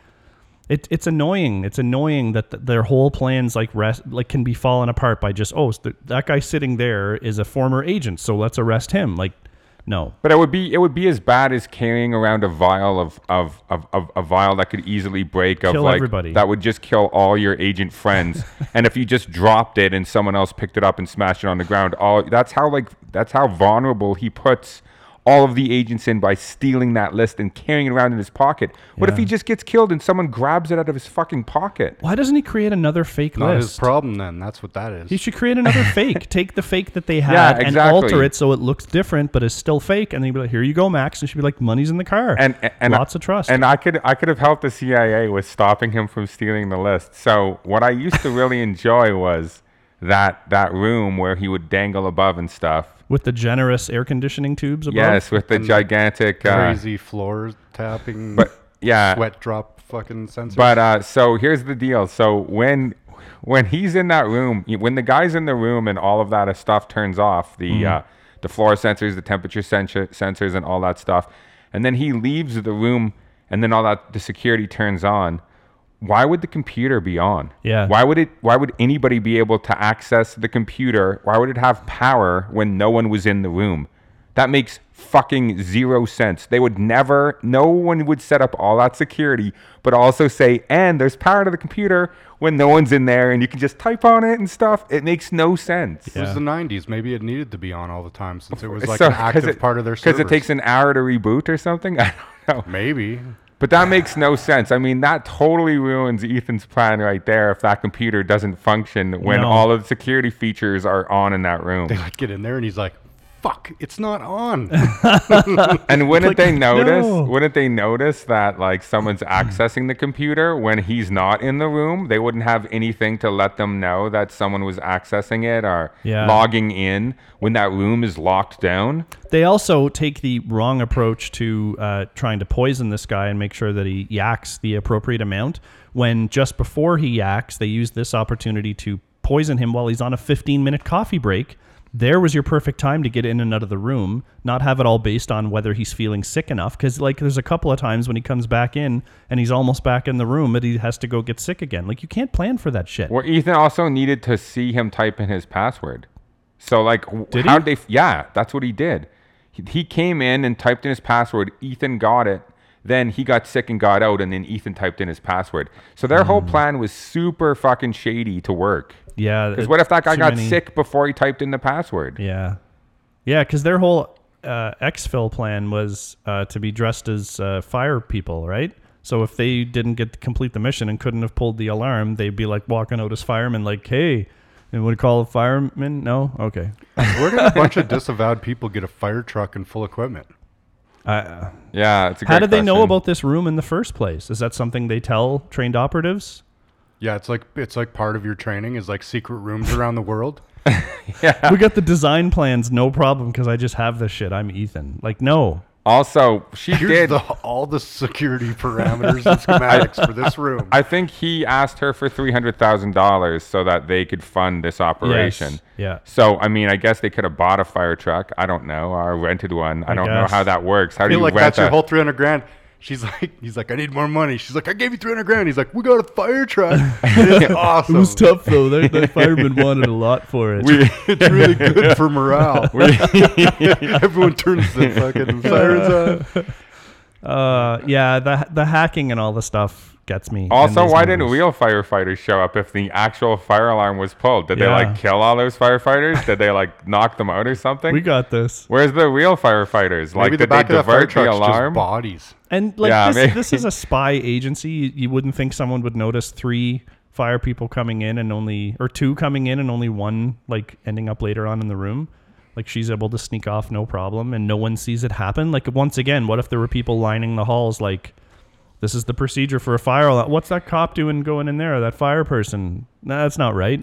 S1: It, it's annoying. It's annoying that th- their whole plans like rest like can be fallen apart by just oh th- that guy sitting there is a former agent, so let's arrest him. Like, no,
S2: But it would be it would be as bad as carrying around a vial of of, of, of a vial that could easily break of
S1: Kill
S2: like
S1: everybody.
S2: that would just kill all your agent friends. and if you just dropped it and someone else picked it up and smashed it on the ground, all that's how like that's how vulnerable he puts all of the agents in by stealing that list and carrying it around in his pocket. What if he just gets killed and someone grabs it out of his fucking pocket?
S1: why doesn't he create another fake
S3: Not
S1: list?
S3: his problem. Then that's what that is.
S1: He should create another fake. Take the fake that they had
S2: Yeah,
S1: and
S2: exactly.
S1: alter it so it looks different, but is still fake. And then you'd be like, "Here you go, Max." And she'd be like, "Money's in the car."
S2: and, and- and
S1: lots of trust.
S2: And I could I could have helped the CIA with stopping him from stealing the list. So what I used to really enjoy was that that room where he would dangle above and stuff.
S1: with the generous air conditioning tubes above.
S2: Yes, with the gigantic. Uh,
S3: crazy floor tapping,
S2: but yeah,
S3: sweat drop fucking sensor.
S2: But uh, so here's the deal. So when when he's in that room, y- when the guy's in the room and all of that stuff turns off, the uh, the floor sensors, the temperature sensor, sensors, and all that stuff, and then he leaves the room, and then all that the security turns on. Why would the computer be on?
S1: Yeah.
S2: Why would it? Why would anybody be able to access the computer? Why would it have power when no one was in the room? That makes fucking zero sense. They would never, no one would set up all that security, but also say, and there's power to the computer when no one's in there and you can just type on it and stuff. It makes no sense.
S3: it was the '90s. Maybe it needed to be on all the time since it was like
S2: So-
S3: an
S2: 'cause
S3: active
S2: it-
S3: part of their.
S2: Because it takes an hour to reboot or something. I don't know.
S3: maybe.
S2: But that makes no sense. I mean, that totally ruins Ethan's plan right there if that computer doesn't function when
S1: No.
S2: all of the security features are on in that room.
S3: They like get in there and he's like, fuck, it's not on.
S2: And wouldn't they notice?
S1: no.
S2: Wouldn't they notice that like someone's accessing the computer when he's not in the room? They wouldn't have anything to let them know that someone was accessing it or
S1: Yeah.
S2: logging in when that room is locked down.
S1: They also take the wrong approach to uh, trying to poison this guy and make sure that he yaks the appropriate amount. When just before he yaks, they use this opportunity to poison him while he's on a 15 minute coffee break. There was your perfect time to get in and out of the room, not have it all based on whether he's feeling sick enough. Because, like, there's a couple of times when he comes back in and he's almost back in the room, but he has to go get sick again. Like, you can't plan for that shit.
S2: Well, Ethan also needed to see him type in his password. So like, w-
S1: Did
S2: how
S1: he?
S2: did they? f- Yeah, that's what he did. He, he came in and typed in his password. Ethan got it. Then he got sick and got out, and then Ethan typed in his password. So their whole
S1: Mm.
S2: plan was super fucking shady to work.
S1: Yeah.
S2: Because what if that guy
S1: too
S2: got
S1: many-
S2: sick before he typed in the password?
S1: Yeah, yeah, because their whole uh, exfil plan was uh, to be dressed as uh, fire people, right? So if they didn't get to complete the mission and couldn't have pulled the alarm, they'd be like walking out as firemen, like, "Hey, and would call a fireman? No, okay,
S3: Where did a bunch of disavowed people get a fire truck and full equipment?
S2: Yeah, it's a
S1: How
S2: great
S1: did they know
S2: question.
S1: about this room in the first place? Is that something they tell trained operatives?
S3: Yeah, it's like it's like part of your training is like secret rooms around the world.
S1: we got the design plans, no problem, because I just have this shit. I'm Ethan. Like, no,
S2: Also, she
S3: Here's
S2: did.
S3: the, all the security parameters and schematics for this room.
S2: I think he asked her for three hundred thousand dollars so that they could fund this operation.
S1: yeah.
S2: So I mean, I guess they could have bought a fire truck. I don't know, or rented one. I, don't
S1: guess.
S2: know how that works. How do
S3: feel
S2: you
S3: like
S2: rent
S3: that's your
S2: a-
S3: whole 300 grand. She's like, he's like, I need more money. She's like, I gave you 300 grand. He's like, we got a fire truck. It's awesome.
S1: It was tough though. That, that fireman wanted a lot for it.
S3: it's really good for morale. Everyone turns the fucking sirens on.
S1: Uh, yeah, the the hacking and all the stuff gets me. in
S2: Also,
S1: these
S2: why didn't
S1: movies.
S2: real firefighters show up if the actual fire alarm was pulled? Did
S1: Yeah.
S2: they like kill all those firefighters? did they like knock them out or something?
S1: We got this.
S2: Where's the real firefighters? Like,
S3: Maybe the
S2: did
S3: back
S2: they
S3: of that fire
S2: divert the
S3: truck's just
S2: alarm?
S3: bodies.
S1: And like
S2: Yeah,
S1: this,
S2: maybe.
S1: this is a spy agency. You, you wouldn't think someone would notice three fire people coming in and only or two coming in and only one like ending up later on in the room. Like she's able to sneak off no problem and no one sees it happen. Like once again, what if there were people lining the halls like this is the procedure for a fire alarm. What's that cop doing going in there? Or that fire person? Nah, that's not right.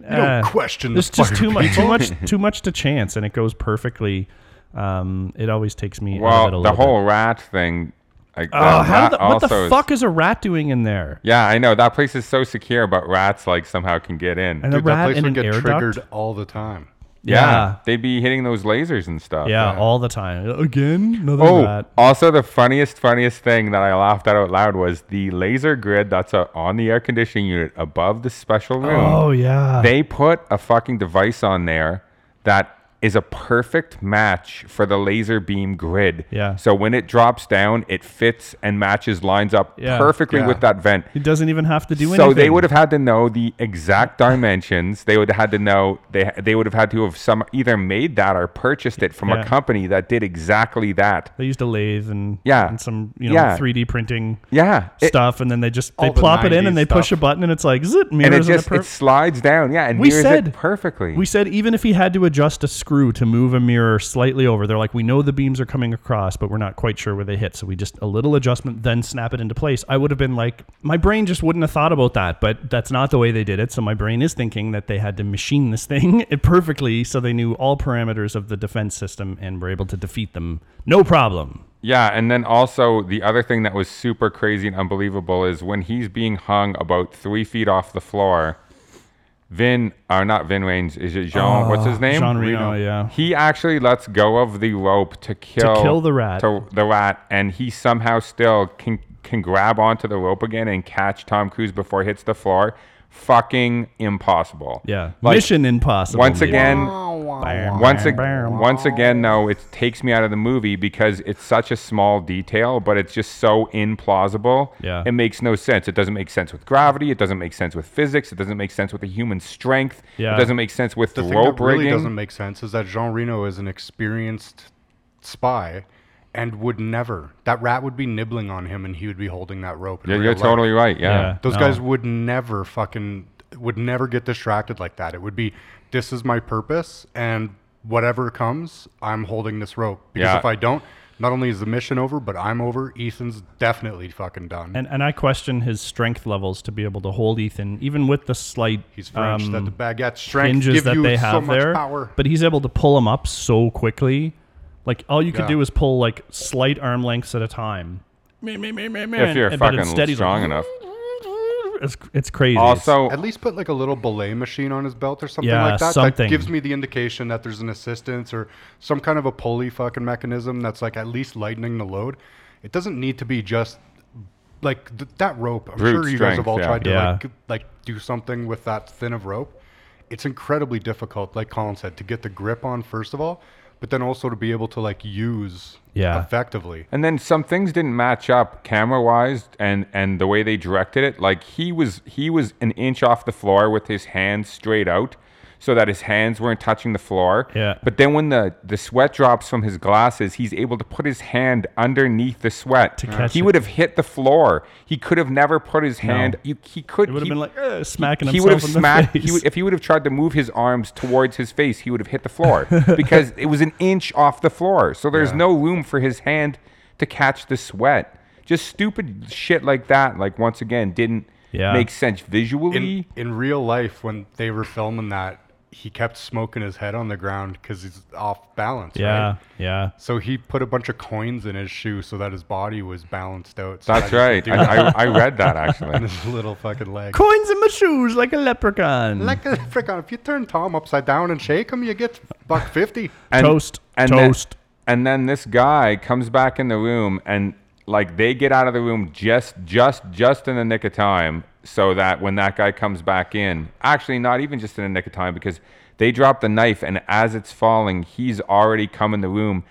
S3: You don't
S1: Uh,
S3: question the
S1: It's just
S3: fire
S1: too much, too
S3: people.
S1: much, too much to chance, and it goes perfectly. Um, it always takes me. out of it a
S2: Well, the
S1: little bit.
S2: whole rat thing. Like,
S1: Oh,
S2: that-
S1: how
S2: Uh, that
S1: the, what
S2: also
S1: the
S2: is-
S1: fuck is a rat doing in there?
S2: yeah, I know that place is so secure, but rats like somehow can get in.
S1: And a
S3: Dude, that
S1: rat
S3: place
S1: in
S3: would
S1: an
S3: get
S1: air
S3: triggered
S1: duct?
S3: all the time.
S1: Yeah.
S2: they'd be hitting those lasers and stuff.
S1: Yeah, all the time. Again, another
S2: Oh,
S1: rat.
S2: also the funniest, funniest thing that I laughed at out loud was the laser grid that's uh, on the air conditioning unit above the special room.
S1: Oh yeah.
S2: They put a fucking device on there that is a perfect match for the laser beam grid.
S1: Yeah.
S2: So when it drops down, it fits and matches, lines up
S1: Yeah.
S2: perfectly
S3: Yeah.
S2: with that vent.
S1: he doesn't even have to do anything.
S2: So they would have had to know the exact dimensions. They would have had to know they they would have had to have some either made that or purchased it from
S1: Yeah.
S2: a company that did exactly that.
S1: They used a lathe and
S2: Yeah.
S1: and some you know
S2: Yeah.
S1: 3D printing
S2: Yeah. It-
S1: stuff, and then they just they
S3: All the
S1: plop it in
S3: 90s
S1: and they push a
S3: stuff.
S1: button and it's like zit mirrors
S2: and it
S1: in the
S2: just
S1: per-
S2: it slides down. Yeah, and
S1: We
S2: mirrors
S1: said-
S2: it perfectly.
S1: We said even if he had to adjust a screw to move a mirror slightly over, they're like, we know the beams are coming across, but we're not quite sure where they hit. So we just a little adjustment, then snap it into place. I would have been like, my brain just wouldn't have thought about that, but that's not the way they did it. So my brain is thinking that they had to machine this thing perfectly so they knew all parameters of the defense system and were able to defeat them. No problem.
S2: Yeah, and then also the other thing that was super crazy and unbelievable is when he's being hung about three feet off the floor. Vin, or not Vin Wayne's, is it Jean? what's his name?
S1: Oh, Jean Reno, yeah.
S2: He actually lets go of the rope to kill
S1: kill the rat.
S2: To the rat, and he somehow still can can grab onto the rope again and catch Tom Cruise before it hits the floor. Fucking impossible.
S1: Yeah.
S2: Like,
S1: Mission impossible.
S2: Once
S1: maybe.
S2: again,
S1: Bam,
S2: once
S1: bam,
S2: ag-
S1: bam.
S2: once again though it takes me out of the movie because it's such a small detail but it's just so implausible
S1: Yeah.
S2: it makes no sense it doesn't make sense with gravity it doesn't make sense with physics it doesn't make sense with the human strength
S1: Yeah.
S2: it doesn't make sense with
S3: The thing
S2: rope
S3: that really
S2: rigging
S3: doesn't make sense is that Jean Reno is an experienced spy and would never. That rat would be nibbling on him and he would be holding that rope. in
S2: yeah,
S3: real
S2: you're
S3: life.
S2: totally right yeah,
S3: Those
S1: No.
S3: guys would never fucking would never get distracted like that. It would be this is my purpose and whatever comes, I'm holding this rope because
S2: Yeah.
S3: if I don't, not only is the mission over, but I'm over. Ethan's definitely fucking done.
S1: And and I question his strength levels to be able to hold Ethan, even with the slight
S3: He's French. that
S1: um,
S3: the baguette strength
S1: hinges
S3: give
S1: that
S3: you
S1: they
S3: so
S1: have
S3: much
S1: there.
S3: power.
S1: But he's able to pull him up so quickly. Like all you could
S3: Yeah.
S1: do is pull like slight arm lengths at a time. Me, me, me, me, me,
S2: if you're
S1: and- but
S2: fucking
S1: instead he's
S2: strong
S1: like,
S2: enough.
S1: It's, it's crazy.
S2: Also,
S3: At least put like a little belay machine on his belt or something
S1: Yeah,
S3: like that.
S1: something.
S3: That gives me the indication that there's an assistance or some kind of a pulley fucking mechanism that's like at least lightening the load. It doesn't need to be just like th- that rope. I'm
S2: Brute
S3: sure you guys
S2: strength,
S3: have all
S2: yeah.
S3: tried to
S1: Yeah.
S3: like like do something with that thin of rope. It's incredibly difficult, like Colin said, to get the grip on first of all, but then also to be able to like use
S1: Yeah.
S3: effectively.
S2: And then some things didn't match up camera wise and and the way they directed it. Like he was he was an inch off the floor with his hands straight out so that his hands weren't touching the floor.
S1: Yeah.
S2: But then when the, the sweat drops from his glasses, he's able to put his hand underneath the sweat. To
S1: catch
S2: he
S1: it.
S2: would have hit the floor. He could have never put his hand you, he could
S1: it would have
S2: he-
S1: been like uh, smacking
S2: he would
S1: himself
S2: have
S1: in
S2: smacked.
S1: the face.
S2: He would, if he would have tried to move his arms towards his face, he would have hit the floor because it was an inch off the floor. So there's no room for his hand to catch the sweat. Just stupid shit like that. Like once again, didn't
S1: Yeah.
S2: make sense visually.
S3: in, in real life when they were filming that he kept smoking his head on the ground because he's off balance
S1: yeah,
S3: right?
S1: yeah.
S3: so he put a bunch of coins in his shoe so that his body was balanced out so
S2: That's
S3: that he
S2: right.
S3: could do
S2: I, I, I read that
S3: that
S2: actually.
S3: with his little fucking leg
S1: Coins in my shoes like a leprechaun.
S3: like a frick on if you turn tom upside down and shake him you get buck 50
S2: And-
S1: Toast,
S2: then-
S1: toast.
S2: and then this guy comes back in the room, and like they get out of the room just, just, just in the nick of time, so that when that guy comes back in, actually not even just in the nick of time, because they drop the knife, and as it's falling, he's already come in the room,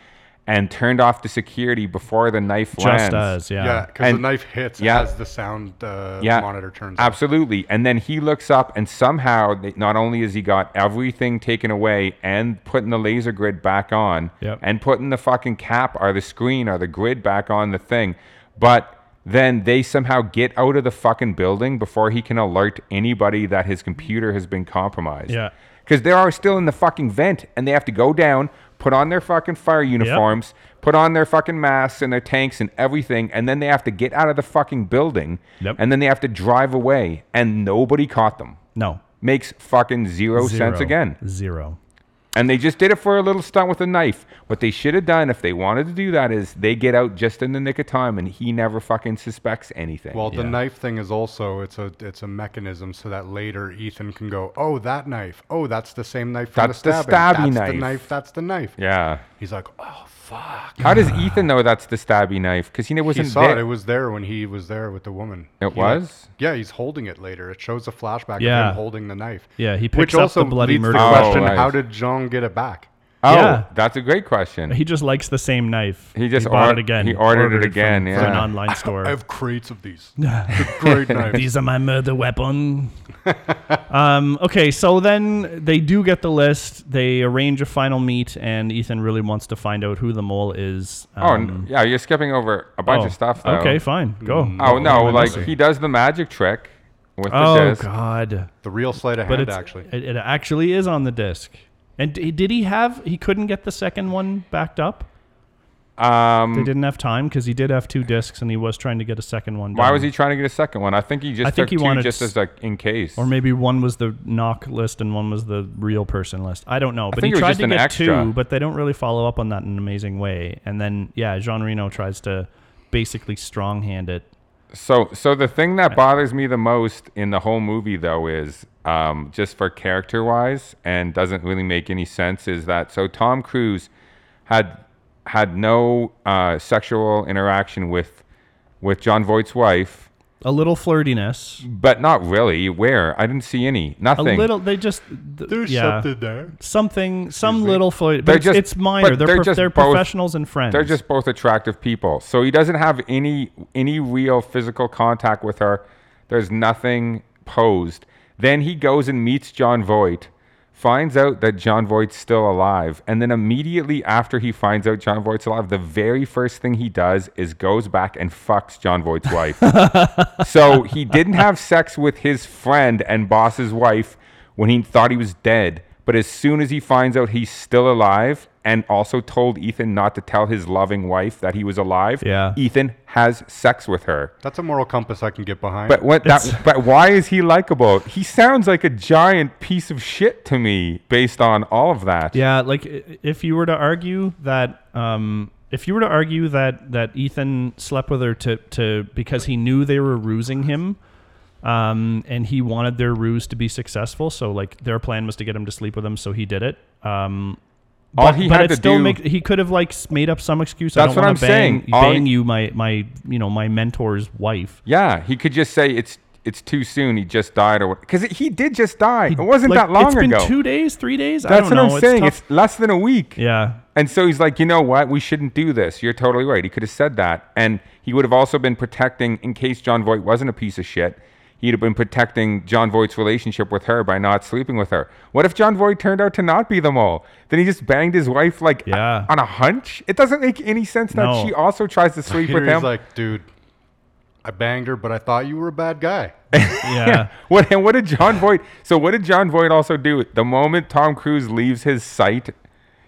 S2: and turned off the security before the knife lands.
S1: Just as yeah.
S3: yeah because the
S2: And-
S3: knife hits
S2: yeah.
S3: as the sound uh, monitor turns off.
S2: Absolutely. And then he looks up, and somehow, they, not only has he got everything taken away and putting the laser grid back on,
S1: Yep.
S2: and putting the fucking cap or the screen or the grid back on the thing, but then they somehow get out of the fucking building before he can alert anybody that his computer has been compromised.
S1: Yeah.
S2: Because they are still in the fucking vent and they have to go down, put on their fucking fire uniforms, put on their fucking masks and their tanks and everything, and then they have to get out of the fucking building
S1: Yep.
S2: and then they have to drive away and nobody caught them.
S1: No.
S2: Makes fucking zero,
S1: Zero.
S2: sense again.
S1: Zero.
S2: And they just did it for a little stunt with a knife. What they should have done if they wanted to do that is they get out just in the nick of time and he never fucking suspects anything.
S3: Well, the
S1: Yeah.
S3: knife thing is also it's a it's a mechanism so that later Ethan can go, oh that knife, oh that's the same knife from
S2: That's
S3: the
S2: the
S3: stabbing.
S2: stabby
S3: that's
S2: knife."
S3: the knife. That's the knife.
S2: yeah.
S3: He's like, oh fuck.
S2: How does Ethan know that's the stabby knife? Because he
S3: He
S2: wasn't
S3: saw
S2: there.
S3: it. It was there when he was there with the woman.
S2: It
S3: He, like-
S2: was?
S3: yeah, he's holding it later. It shows a flashback of
S1: Yeah.
S3: him holding the knife.
S1: Yeah, he
S3: Which
S1: picks up
S3: also
S1: the bloody
S3: leads
S1: murder
S3: the question:
S2: weapon. Oh,
S3: How
S2: right.
S3: did John get it back?
S2: oh,
S1: Yeah.
S2: that's a great question.
S1: He just likes the same knife.
S2: He just
S1: bought
S2: ord-
S1: it again.
S2: he ordered it again,
S1: from,
S2: yeah.
S1: from an online store.
S3: I have crates of these. They're Great knives.
S1: These are my murder weapon. um, okay, so then they do get the list. They arrange a final meet, and Ethan really wants to find out who the mole is.
S2: oh,
S1: Um,
S2: n- yeah, you're skipping over a bunch
S1: oh,
S2: of stuff, though.
S1: Okay, fine. Go.
S2: Oh, no,
S1: What am I
S2: like
S1: missing?
S2: he does the magic trick with the
S1: Oh,
S2: disc.
S1: God.
S3: the real sleight of
S1: But
S3: hand,
S1: it's,
S3: actually.
S1: It, it actually is on the disc. And d- did he have, he couldn't get the second one backed up?
S2: Um,
S1: They didn't have time because he did have two discs and he was trying to get a second one.
S2: why
S1: done.
S2: was he trying to get a second one? I think he just
S1: I
S2: took
S1: think he
S2: two
S1: wanted
S2: just
S1: s-
S2: as like in case.
S1: Or maybe one was the knock list and one was the real person list. I don't know. But he
S2: think it was
S1: tried
S2: just
S1: to
S2: an
S1: get
S2: extra.
S1: two, but they don't really follow up on that in an amazing way. And then, yeah, Jean Reno tries to basically strong hand it.
S2: So, so the thing that bothers me the most in the whole movie, though, is um, just for character-wise and doesn't really make any sense. Is that so? Tom Cruise had had no uh, sexual interaction with with John Voight's wife,
S1: A little flirtiness.
S2: but not really. Where I didn't see any
S1: A
S2: nothing.
S1: little, they just. th-
S3: There's
S1: yeah.
S3: something there.
S1: Something, some
S3: me?
S1: little flirt. But
S2: They're
S1: it's,
S2: just-
S1: it's minor.
S2: but
S1: they're
S2: they're
S1: prof-
S2: just
S1: they're
S2: both-
S1: professionals and friends.
S2: They're just both attractive people. So he doesn't have any any real physical contact with her. There's nothing posed. Then he goes and meets John Voight, finds out that John Voight's still alive, and then immediately after he finds out John Voight's alive, the very first thing he does is goes back and fucks John Voight's wife. so he didn't have sex with his friend and boss's wife when he thought he was dead, But as soon as he finds out he's still alive and also told Ethan not to tell his loving wife that he was alive,
S1: Yeah.
S2: Ethan has sex with her.
S3: That's a moral compass I can get behind.
S2: But what that,
S1: It's-
S2: but why is he likable? He sounds like a giant piece of shit to me based on all of that.
S1: Yeah, like i- if you were to argue that, um, if you were to argue that that Ethan slept with her to to because he knew they were rusing him, um, and he wanted their ruse to be successful, so like their plan was to get him to sleep with him, so he did it. Um,
S2: All
S1: but,
S2: he
S1: but
S2: had
S1: it
S2: to
S1: still
S2: do-
S1: make- he could have like s- made up some excuse. I
S2: That's
S1: don't
S2: what
S1: wanna
S2: I'm
S1: bang,
S2: saying. All he-
S1: Bang you, my my you know my mentor's wife.
S2: Yeah, he could just say it's it's too soon. He just died, or because he did just die. it wasn't
S1: Like,
S2: that long
S1: It's
S2: ago.
S1: been two days, three days. I
S2: That's
S1: don't
S2: what
S1: know.
S2: I'm saying.
S1: It's
S2: It's,
S1: tough.
S2: less than a week.
S1: yeah.
S2: And so he's like, you know what? We shouldn't do this. You're totally right. He could have said that, and he would have also been protecting, in case John Voight wasn't a piece of shit. He'd have been protecting John Voight's relationship with her by not sleeping with her. What if John Voight turned out to not be the mole? Then he just banged his wife like
S1: Yeah.
S2: on a hunch. It doesn't make any sense that
S1: No.
S2: she also tries to sleep
S3: Peter,
S2: with
S3: he's
S2: him.
S3: like, dude, I banged her, but I thought you were a bad guy.
S1: Yeah.
S2: Uh, What and what did John Voight? So what did John Voight also do? The moment Tom Cruise leaves his sight,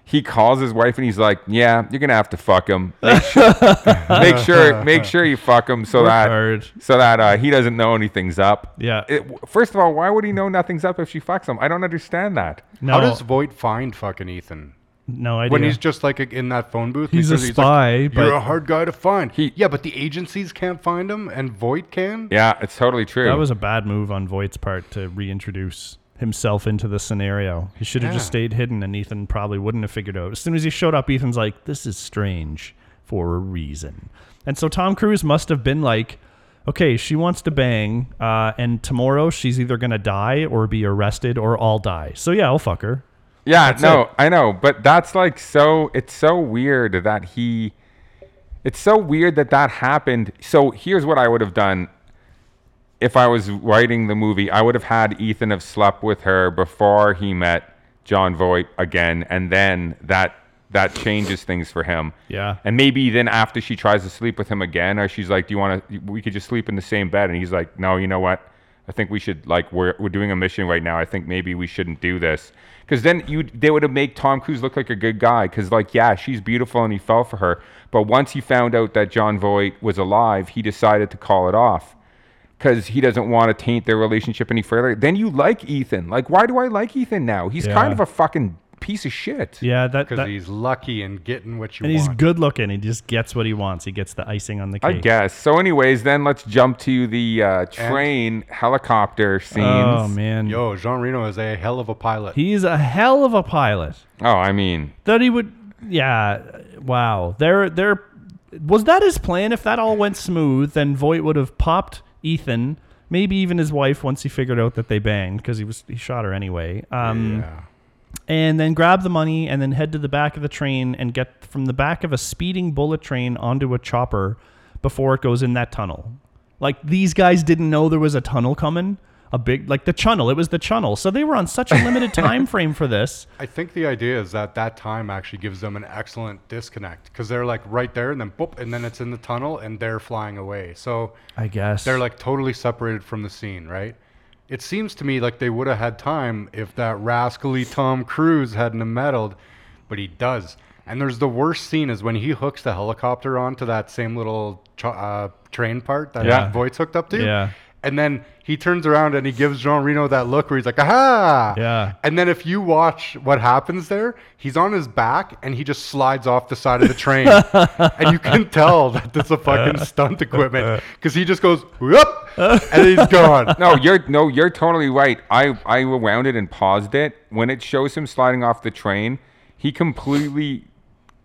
S2: he calls his wife and he's like, "Yeah, you're gonna have to fuck him. Make sure, make sure, make sure you fuck him so
S1: Work
S2: that
S1: hard.
S2: so that uh, he doesn't know anything's up."
S1: Yeah.
S2: It, first of all, why would he know nothing's up if she fucks him? I don't understand that.
S1: No.
S3: How does Voight find fucking Ethan?
S1: no idea.
S3: When he's just like in that phone booth, and
S1: He's a
S3: says-
S1: spy,
S3: Like,
S1: but-
S3: You're a hard guy to find.
S2: He-
S3: yeah, but the agencies can't find him, and Voight can.
S2: Yeah, it's totally true.
S1: That was a bad move on Voight's part to reintroduce himself into the scenario. He should have just
S3: Yeah.
S1: stayed hidden, and Ethan probably wouldn't have figured out. As soon as he showed up, Ethan's like, "This is strange for a reason." And so Tom Cruise must have been like, "Okay, she wants to bang, uh, and tomorrow she's either gonna die or be arrested, or I'll die. So yeah, I'll fuck her."
S2: Yeah, no,
S1: it.
S2: I know, but that's like so. It's so weird that he. It's so weird that that happened. So here's what I would have done. If I was writing the movie, I would have had Ethan have slept with her before he met John Voight again, and then that that changes things for him.
S1: Yeah.
S2: And maybe then after she tries to sleep with him again, or she's like, "Do you want to? We could just sleep in the same bed." And he's like, "No, you know what? I think we should like we're we're doing a mission right now. I think maybe we shouldn't do this because then you they would have made Tom Cruise look like a good guy because like yeah, she's beautiful and he fell for her, but once he found out that John Voight was alive, he decided to call it off because he doesn't want to taint their relationship any further. Then you like Ethan. Like, why do I like Ethan now? He's
S1: Yeah.
S2: kind of a fucking piece of shit.
S1: Yeah, that.
S3: Because
S1: that-
S3: he's lucky and getting what you
S1: and he's
S3: want.
S1: good looking. He just gets what he wants. He gets the icing on the
S2: I
S1: cake.
S2: guess. So, anyways, then let's jump to the uh, train helicopter scenes.
S1: Oh man,
S3: Yo, Jean Reno is a hell of a pilot.
S1: he's a hell of a pilot.
S2: Oh, I mean,
S1: that he would yeah wow there there was that his plan if that all went smooth then voight would have popped ethan maybe even his wife once he figured out that they banged because he was he shot her anyway um and then grab the money and then head to the back of the train and get from the back of a speeding bullet train onto a chopper before it goes in that tunnel. Like these guys didn't know there was a tunnel coming, a big like the tunnel. It was the tunnel, so they were on such a limited time frame for this.
S3: I think the idea is that that time actually gives them an excellent disconnect because they're like right there and then boop, and then it's in the tunnel and they're flying away. So
S1: I guess
S3: they're like totally separated from the scene, right? It seems to me like they would have had time if that rascally Tom Cruise hadn't have meddled, but he does. And there's the worst scene is when he hooks the helicopter onto that same little tr- uh, train part that
S2: Yeah.
S3: Voight's hooked up to.
S1: Yeah.
S3: And then he turns around and he gives Jean Reno that look where he's like, aha.
S1: Yeah.
S3: And then if you watch what happens there, he's on his back and he just slides off the side of the train. and you can tell that this is fucking stunt equipment because he just goes, whoop, and he's gone.
S2: no, you're no, you're totally right. I I rewound it and paused it when it shows him sliding off the train. He completely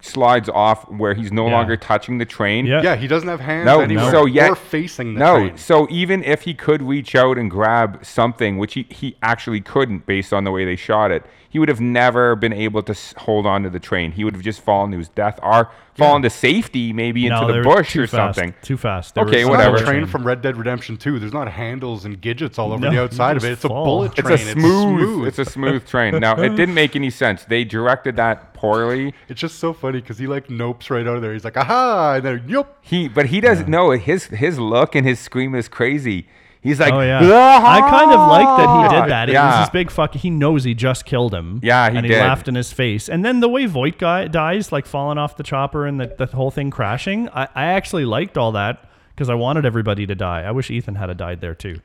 S2: slides off where he's no
S1: Yeah.
S2: longer touching the train.
S1: Yeah.
S3: Yeah, he doesn't have hands
S2: No,
S3: anymore
S2: so yet
S3: or facing the
S2: no.
S3: train.
S2: So even if he could reach out and grab something, which he, he actually couldn't based on the way they shot it, he would have never been able to s- hold on to the train. He would have just fallen to his death or fallen to safety, maybe
S1: No,
S2: into
S1: they
S2: the
S1: were
S2: bush
S1: too
S2: or
S1: fast,
S2: something.
S1: Too fast. They were
S2: Okay,
S1: so
S3: It's not
S2: whatever.
S3: a train
S1: fast.
S3: from Red Dead Redemption 2. There's not handles and gadgets all over
S1: No,
S3: the
S1: you
S3: outside of
S1: just
S3: it. It's
S1: fall.
S3: a bullet
S1: It's
S3: train.
S2: It's a smooth, It's a smooth train. Now it didn't make any sense. They directed that poorly.
S3: It's just so funny because he like nopes right out of there. He's like, aha, and then yup.
S2: He, but he doesn't know it. his his look and his scream is crazy. He's like,
S1: Oh yeah,
S2: "Ah!"
S1: I kind of like that he did that. It was
S2: Yeah.
S1: this big fuck. He knows he just killed him.
S2: Yeah, he
S1: and he
S2: did.
S1: laughed in his face. And then the way Voight guy dies, like falling off the chopper and the, the whole thing crashing. I, I actually liked all that because I wanted everybody to die. I wish Ethan had a died there too. Mm.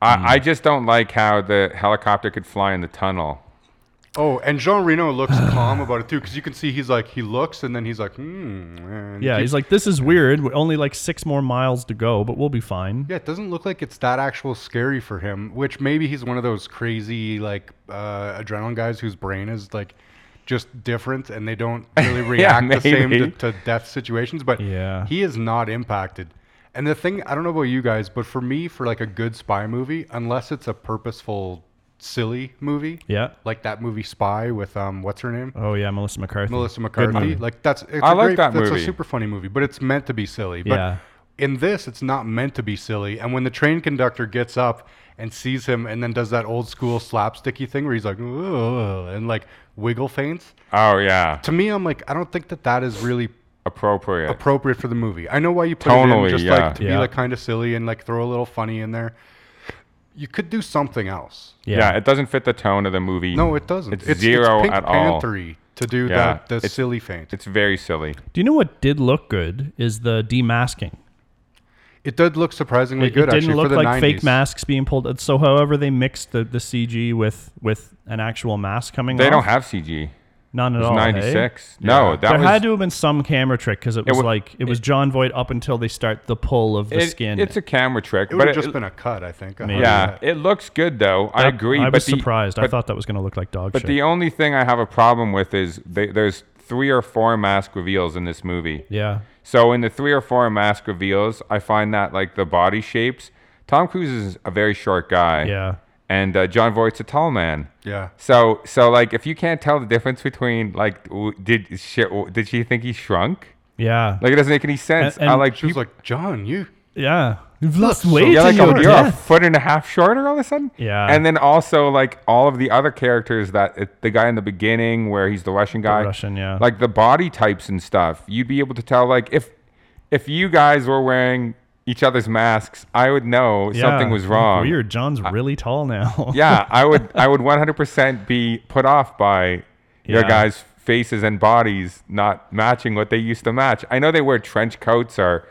S2: I, I just don't like how the helicopter could fly in the tunnel.
S3: Oh, and Jean Reno looks calm about it too, because you can see he's like he looks, and then he's like, hmm. and
S1: Yeah,
S3: he-
S1: he's like, this is weird. We're only like six more miles to go, but we'll be fine.
S3: yeah. It doesn't look like it's that actual scary for him. Which maybe he's one of those crazy like uh, adrenaline guys whose brain is like just different, and they don't really react the same to,
S2: maybe.
S3: to death situations. But
S1: Yeah.
S3: he is not impacted. And the thing I don't know about you guys, but for me, for like a good spy movie, unless it's a purposeful, silly movie,
S1: Yeah.
S3: like that movie Spy with um, what's her name?
S1: Oh yeah, Melissa McCarthy.
S3: Melissa
S1: movie.
S3: McCarthy. Like that's it's
S2: I
S3: a
S2: like
S3: great,
S2: that
S3: that's
S2: movie.
S3: a super funny movie, but it's meant to be silly. But
S1: Yeah.
S3: in this, it's not meant to be silly. And when the train conductor gets up and sees him and then does that old school slapsticky thing where he's like "Ugh," and like wiggle feints.
S2: Oh yeah,
S3: To me, I'm like, I don't think that that is really
S2: appropriate.
S3: appropriate for the movie. I know why you put it
S2: Tonally,
S3: in just
S2: yeah.
S3: like to be
S1: Yeah.
S3: like kind of silly and like throw a little funny in there. You could do something else.
S2: yeah. it doesn't fit the tone of the movie.
S3: No, it doesn't.
S2: It's, zero
S3: Pink
S2: at all.
S3: Panthery to do
S2: Yeah,
S3: the, the
S2: it's-
S3: silly feint.
S2: It's very silly.
S1: Do you know what did look good is the demasking.
S3: It did look surprisingly
S1: It,
S3: good.
S1: it didn't
S3: actually,
S1: look
S3: for the
S1: like
S3: 90s.
S1: fake masks being pulled. out. So, however, they mixed the, the CG with with an actual mask coming.
S2: They
S1: off,
S2: don't have CG.
S1: none at
S2: It's
S1: all. Oh, hey?
S2: ninety six. No, that
S1: there
S2: was
S1: had to have been some camera trick because it was
S2: wa-
S1: like it was John Voight up until they start the pull of the
S2: it-
S1: skin.
S2: It's a camera trick,
S3: It would
S2: but
S3: have
S2: it,
S3: just been a cut, I think. a
S1: Maybe.
S3: hundred
S2: yeah,
S3: percent.
S2: it looks good though. I
S1: That-
S2: agree.
S1: I
S2: but
S1: was
S2: the-
S1: surprised. I
S2: but-
S1: thought that was going to look like dog
S2: But
S1: shit.
S2: the only thing I have a problem with is they, there's three or four mask reveals in this movie.
S1: yeah,
S2: So in the three or four mask reveals, I find that like the body shapes. Tom Cruise is a very short guy.
S1: yeah.
S2: And uh, John Voight's a tall man.
S3: Yeah.
S2: So so like if you can't tell the difference between like w- did she, w- did she think he shrunk?
S1: Yeah,
S2: Like it doesn't make any sense.
S1: And-
S2: I
S1: and
S2: like
S3: She was
S2: peop-
S3: like, John, you.
S1: yeah. You've lost
S3: so-
S1: weight.
S2: yeah, like oh,
S1: in your
S2: you're, a
S1: death.
S2: foot and a half shorter all of a sudden.
S1: Yeah.
S2: And then also like all of the other characters that it, the guy in the beginning where he's the Russian guy,
S1: Russian, yeah.
S2: like the body types and stuff. You'd be able to tell like if if you guys were wearing each other's masks, I would know
S1: Yeah.
S2: something was wrong.
S1: Weird. John's really tall now.
S2: Yeah, I would I would 100% be put off by your
S1: Yeah.
S2: guys' faces and bodies not matching what they used to match. I know they wear trench coats or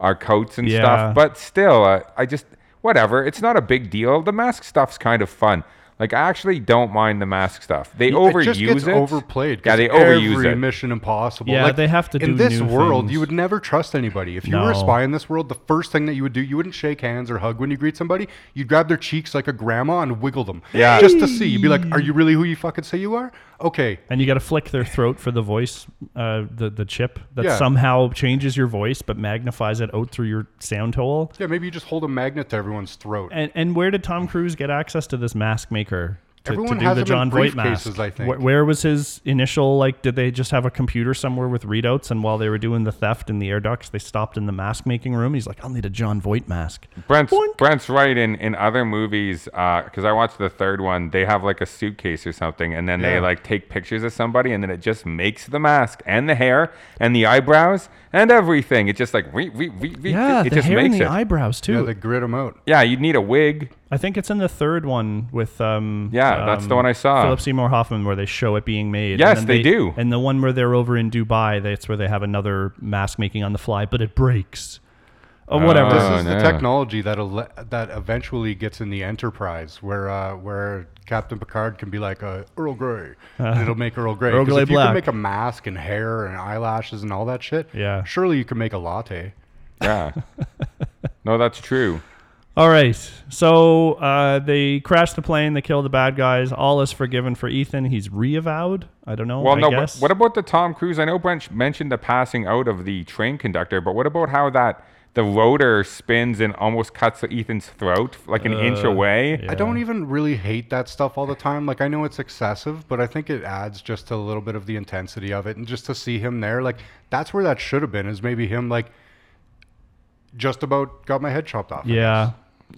S2: or coats and
S1: Yeah.
S2: stuff, but still, uh, I just whatever. It's not a big deal. The mask stuff's kind of fun. Like I actually don't mind the mask stuff. They overuse
S3: it just gets overplayed.
S2: Yeah,
S3: 'cause
S2: they overuse
S3: every
S2: it.
S3: Mission Impossible.
S1: Yeah,
S3: like,
S1: they have to
S3: In
S1: do
S3: this
S1: new
S3: world,
S1: things.
S3: you would never trust anybody. If you were
S1: No.
S3: a spy in this world, the first thing that you would do, you wouldn't shake hands or hug when you greet somebody. You'd grab their cheeks like a grandma and wiggle them.
S2: Yeah.
S3: Just to see. You'd be like, are you really who you fucking say you are? Okay.
S1: and you got to flick their throat for the voice, uh, the the chip that
S3: Yeah.
S1: somehow changes your voice but magnifies it out through your sound hole.
S3: Yeah, maybe you just hold a magnet to everyone's throat.
S1: And and where did Tom Cruise get access to this mask maker? To,
S3: Everyone
S1: to do
S3: has
S1: the
S3: them
S1: John
S3: in
S1: Voight
S3: briefcases,
S1: mask.
S3: I think.
S1: Where, where was his initial like? Did they just have a computer somewhere with readouts? And while they were doing the theft in the air ducts, they stopped in the mask making room. He's like, "I'll need a John Voight mask."
S2: Brent's,
S1: Boink.
S2: Brent's right in, in other movies because I watched the third one. They have like a suitcase or something, and then they
S3: Yeah.
S2: like take pictures of somebody, and then it just makes the mask and the hair and the eyebrows and everything. It just like we we we we.
S1: Yeah,
S2: it
S1: the
S2: just
S1: hair and
S2: makes
S1: the
S2: it.
S1: eyebrows too.
S3: yeah, they grit them out.
S2: yeah, you'd need a wig.
S1: I think it's in the third one with um
S2: Yeah, that's the
S1: um,
S2: one I saw.
S1: Philip Seymour Hoffman where they show it being made. and
S2: Yes,
S1: then
S2: they do.
S1: And the one where they're over in Dubai, that's where they have another mask making on the fly, but it breaks. Oh, whatever.
S3: This
S2: Oh,
S3: is
S2: no.
S3: the technology that ele- that eventually gets in the Enterprise, where uh, where Captain Picard can be like uh, Earl Grey, and it'll make Earl Grey.
S1: Earl
S3: 'Cause
S1: Grey
S3: if you
S1: Black.
S3: can make a mask and hair and eyelashes and all that shit,
S1: Yeah.
S3: surely you can make a latte.
S2: Yeah. no, that's true.
S1: All right. So uh, they crash the plane, they kill the bad guys. All is forgiven for Ethan. He's reavowed. I don't know.
S2: Well,
S1: I
S2: no. What,
S1: Guess.
S2: what about the Tom Cruise? I know Brent mentioned the passing out of the train conductor, but what about how that the rotor spins and almost cuts Ethan's throat like an inch away?
S3: I don't even really hate that stuff all the time. Like I know it's excessive, but I think it adds just a little bit of the intensity of it, and just to see him there, like that's where that should have been. Is maybe him like just about got my head chopped off. I
S1: Yeah.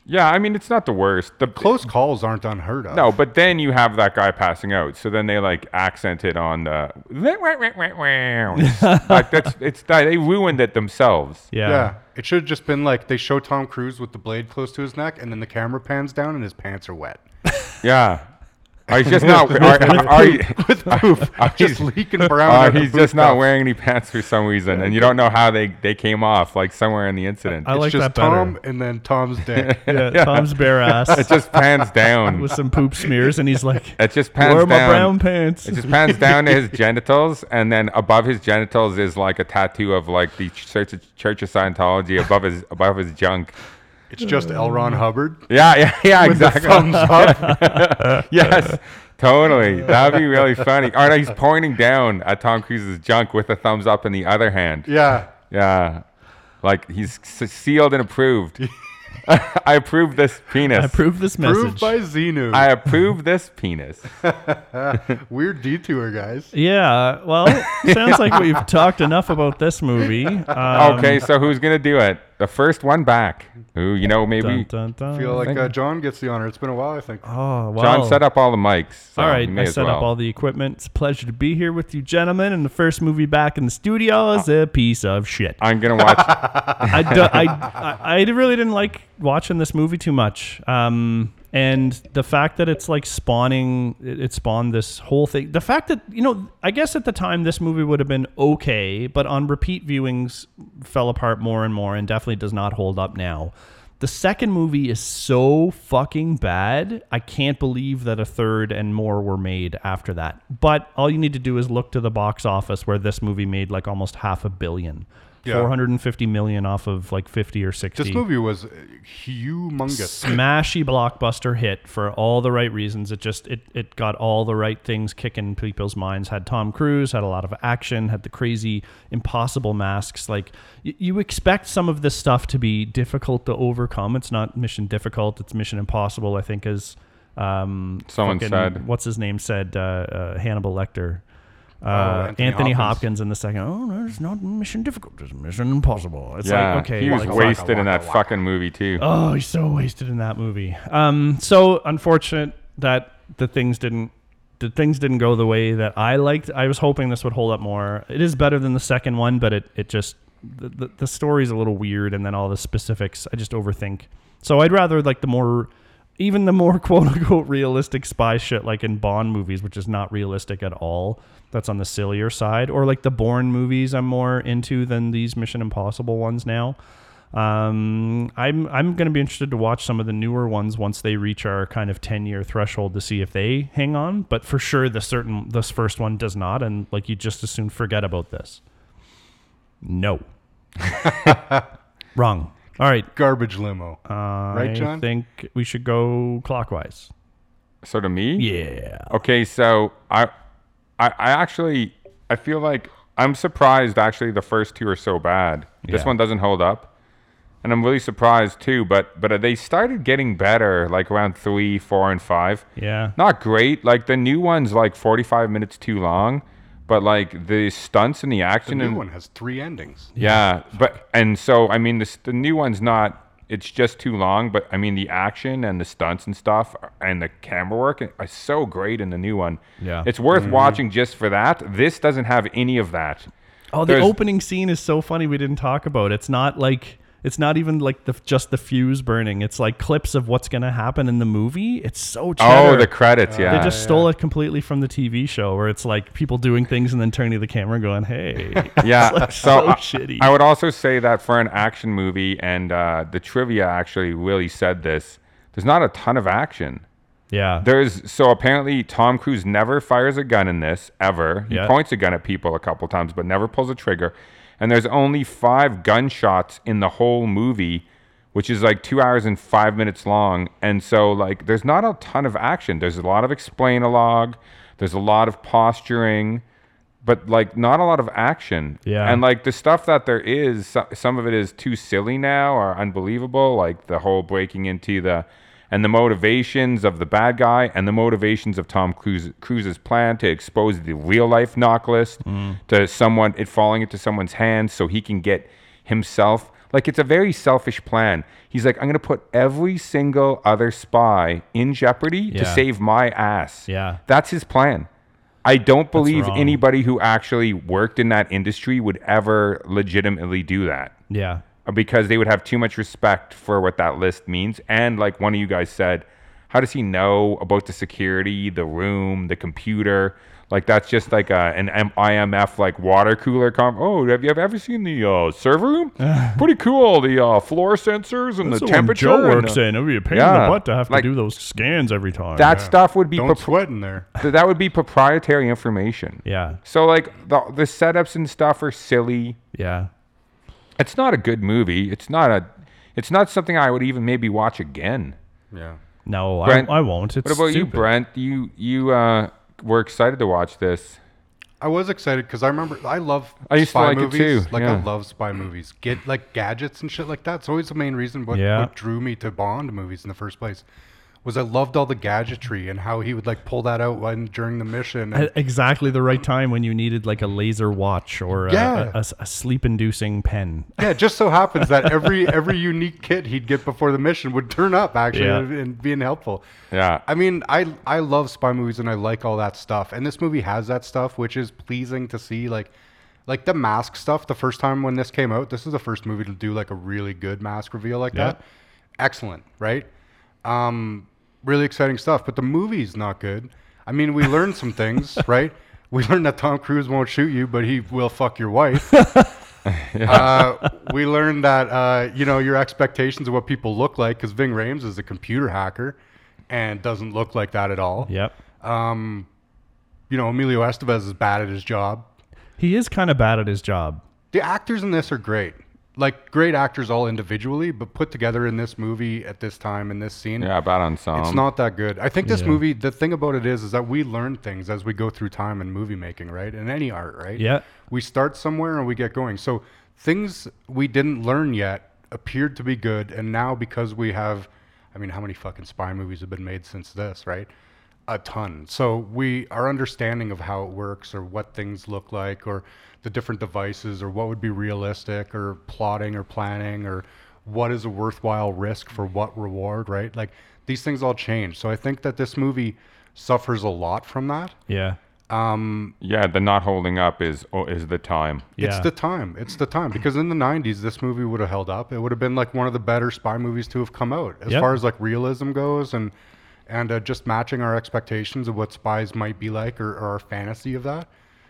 S2: Yeah, I mean, it's not the worst. The
S3: Close calls aren't unheard of.
S2: No, but then you have that guy passing out. So then they like accent it on the like that's it's that they ruined it themselves.
S1: Yeah.
S3: Yeah. It should have just been like they show Tom Cruise with the blade close to his neck, and then the camera pans down, and his pants are wet.
S2: Yeah. Are you just not? Are, are, are you, are
S3: Just
S2: you-
S3: leaking brown.
S2: uh,
S3: out of
S2: he's
S3: boot
S2: just not
S3: cuffs.
S2: wearing any pants for some reason, and you don't know how they, they came off, like somewhere in the incident.
S1: I
S3: It's
S1: like
S3: just
S1: that better.
S3: Tom, and then Tom's dick.
S1: yeah, Tom's bare
S2: it
S1: ass
S2: just pans down.
S1: with some poop smears, and he's like,
S2: It just pans
S1: "Where are my
S2: down.
S1: brown pants?"
S2: It just pans down to his genitals, and then above his genitals is like a tattoo of like the Church of, Church of Scientology above his above his junk.
S3: it's just L. Ron Hubbard.
S2: Yeah, yeah, yeah,
S3: With the
S2: exactly.
S3: thumbs up.
S2: yes, totally. That'd be really funny. Or no, he's pointing down at Tom Cruise's junk with a thumbs up in the other hand.
S3: yeah.
S2: Yeah. Like he's s- sealed and approved. I approve this penis.
S1: I approve this message.
S3: Proved by Xenu.
S2: I approve this penis.
S3: Weird detour, guys.
S1: yeah, well, sounds like we've talked enough about this movie. Um,
S2: Okay, so who's gonna do it? The first one back. Who you know? Maybe
S1: dun, dun, dun.
S3: feel like
S2: Thank
S3: uh,
S2: you.
S3: John gets the honor. It's been a while, I think.
S1: oh, wow.
S2: John set up all the mics. so
S1: all
S2: we
S1: right,
S2: may
S1: I
S2: as
S1: set up
S2: well.
S1: all the equipment. It's a pleasure to be here with you, gentlemen. And the first movie back in the studio is
S2: Ah.
S1: a piece of shit.
S2: I'm gonna watch.
S1: I, do- I, I, I really didn't like watching this movie too much. Um, and the fact that it's like spawning, it, it spawned this whole thing. The fact that, you know, I guess at the time this movie would have been okay, but on repeat viewings fell apart more and more and definitely does not hold up now. The second movie is so fucking bad. I can't believe that a third and more were made after that. But all you need to do is look to the box office where this movie made like almost half a billion.
S3: Yeah.
S1: 450 million off of like 50 or 60.
S3: This movie was uh, humongous.
S1: Smashy blockbuster hit for all the right reasons. It just it it got all the right things kicking people's minds. Had Tom Cruise, had a lot of action, had the crazy impossible masks. Like y- you expect some of this stuff to be difficult to overcome. It's not mission difficult. It's mission impossible. I think is um
S2: Someone
S1: fucking-
S2: said. Oh,
S1: what's his name said uh, uh, Hannibal Lecter. Uh, Anthony,
S3: Anthony
S1: Hopkins.
S3: Hopkins.
S1: in the second. Oh no, it's not mission difficult. It's mission impossible. It's
S2: yeah,
S1: like okay,
S2: he was
S1: like,
S2: wasted in that
S3: waka.
S2: fucking movie too.
S1: Oh, he's so wasted in that movie. Um, so unfortunate that the things didn't the things didn't go the way that I liked. I was hoping this would hold up more. It is better than the second one, but it it just the, the, the story's a little weird, and then all the specifics I just overthink. So I'd rather like the more even the more quote unquote realistic spy shit like in Bond movies, which is not realistic at all. That's on the sillier side, or like the Bourne movies. I'm more into than these Mission Impossible ones now. Um, I'm I'm going to be interested to watch some of the newer ones once they reach our kind of 10 year threshold to see if they hang on. But for sure, the certain this first one does not, and like you just as soon forget about this. No. Wrong. All right.
S3: Garbage limo.
S1: I
S3: right, John?
S1: think we should go clockwise.
S2: so to me,
S1: Yeah.
S2: Okay, so I, I, I actually, I feel like I'm surprised. Actually, the first two are so bad. This
S1: Yeah.
S2: one doesn't hold up, and I'm really surprised too. But but they started getting better like around three, four, and five.
S1: Yeah.
S2: Not great. Like the new one's like 45 minutes too long, but like the stunts and the
S3: the
S2: action
S3: new
S2: and
S3: one has three endings.
S2: yeah, but and so I mean, this, the new one's not. It's just too long, but I mean, the action and the stunts and stuff and the camera work are so great in the new one.
S1: Yeah.
S2: it's worth watching just for that. This doesn't have any of that.
S1: Oh, the
S2: There's-
S1: opening scene is so funny. We didn't talk about. it. It's not like it's not even like the just the fuse burning. It's like clips of what's gonna happen in the movie. It's so cheddar.
S2: Oh, the credits. Yeah,
S1: they just stole it completely from the TV show, where it's like people doing things and then turning to the camera and going, "Hey,
S2: yeah.
S1: like
S2: so uh,
S1: so
S2: I,
S1: shitty.
S2: I would also say that for an action movie, and uh, the trivia actually really said this. There's not a ton of action.
S1: yeah,
S2: There's so apparently Tom Cruise never fires a gun in this ever. He
S1: Yeah.
S2: points a gun at people a couple times, but never pulls a trigger. And there's only five gunshots in the whole movie, which is like two hours and five minutes long. And so like there's not a ton of action. There's a lot of explain a log. There's a lot of posturing, but like not a lot of action.
S1: Yeah.
S2: And like the stuff that there is, so- some of it is too silly now or unbelievable. Like the whole breaking into the and the motivations of the bad guy and the motivations of Tom Cruise, Cruise's plan to expose the real life
S1: Mm.
S2: knock list to someone, it falling into someone's hands so he can get himself. Like it's a very selfish plan. He's like, I'm gonna put every single other spy in jeopardy
S1: Yeah.
S2: to save my ass.
S1: Yeah.
S2: That's his plan. I don't believe
S1: wrong.
S2: anybody who actually worked in that industry would ever legitimately do that uh,
S1: Yeah.
S2: because they would have too much respect for what that list means. And like one of you guys said, how does he know about the security, the room, the computer? Like that's just like a, an M- IMF like water cooler. Com- oh, have you ever seen the uh, server room? Pretty cool. The uh, floor sensors and the temperature.
S1: Joe
S2: and
S1: works
S2: the-
S1: in. It would be a pain in
S2: Yeah.
S1: the butt to have
S2: Like-
S1: to do those scans every time.
S2: that stuff would be
S3: Don't
S2: prop-
S3: sweat in there.
S2: that would be proprietary information.
S1: yeah.
S2: So like the the setups and stuff are silly.
S1: Yeah.
S2: It's not a good movie. It's not a. It's not something I would even maybe watch again.
S3: Yeah.
S1: No,
S2: Brent,
S1: I, I won't. It's
S2: What about you,
S1: stupid.
S2: Brent? You you uh, were excited to watch this.
S3: I was excited because I remember I love
S2: I used to
S3: spy
S2: like it
S3: movies.
S2: too,
S3: Like I
S2: yeah.
S3: love spy movies. Get like gadgets and shit like that. It's always the main reason what,
S1: Yeah.
S3: what drew me to Bond movies in the first place. Was I loved all the gadgetry and how he would like pull that out when during the mission. And
S1: At exactly the right time when you needed like a laser watch or a,
S3: Yeah.
S1: a- a s- a sleep-inducing pen.
S3: yeah, it just so happens that every every unique kit he'd get before the mission would turn up actually
S1: Yeah.
S3: and, and being helpful.
S2: Yeah.
S3: I mean, I I love spy movies and I like all that stuff. And this movie has that stuff, which is pleasing to see. Like, like the mask stuff. The first time when this came out, this is the first movie to do like a really good mask reveal like
S1: Yeah.
S3: that. Excellent, right? Um, really exciting stuff. But the movie's not good. I mean, we learned some things, right? We learned that Tom Cruise won't shoot you, but he will fuck your wife. uh, we learned that uh, you know your expectations of what people look like because Ving Rhames is a computer hacker and doesn't look like that at all.
S1: Yep.
S3: You know Emilio Estevez is bad at his job.
S1: He is kind of bad at his job.
S3: The actors in this are great, like great actors all individually, but put together in this movie at this time in this scene.
S2: Yeah, bad ensemble.
S3: It's not that good. I think this
S1: Yeah.
S3: movie, the thing about it is, is that we learn things as we go through time in movie making, right? In any art, right?
S1: Yeah.
S3: We start somewhere and we get going. So things we didn't learn yet appeared to be good, and now because we have, I mean, how many fucking spy movies have been made since this, right? A ton. So we, our understanding of how it works, or what things look like, or the different devices, or what would be realistic, or plotting, or planning, or what is a worthwhile risk for what reward, right? Like these things all change. So I think that this movie suffers a lot from that.
S1: Yeah.
S2: yeah, the not holding up is oh, is the time.
S3: It's
S1: Yeah.
S3: the time. It's the time because in the '90s, this movie would have held up. It would have been like one of the better spy movies to have come out, as
S1: Yep.
S3: far as like realism goes, and and uh, just matching our expectations of what spies might be like or, or our fantasy of that.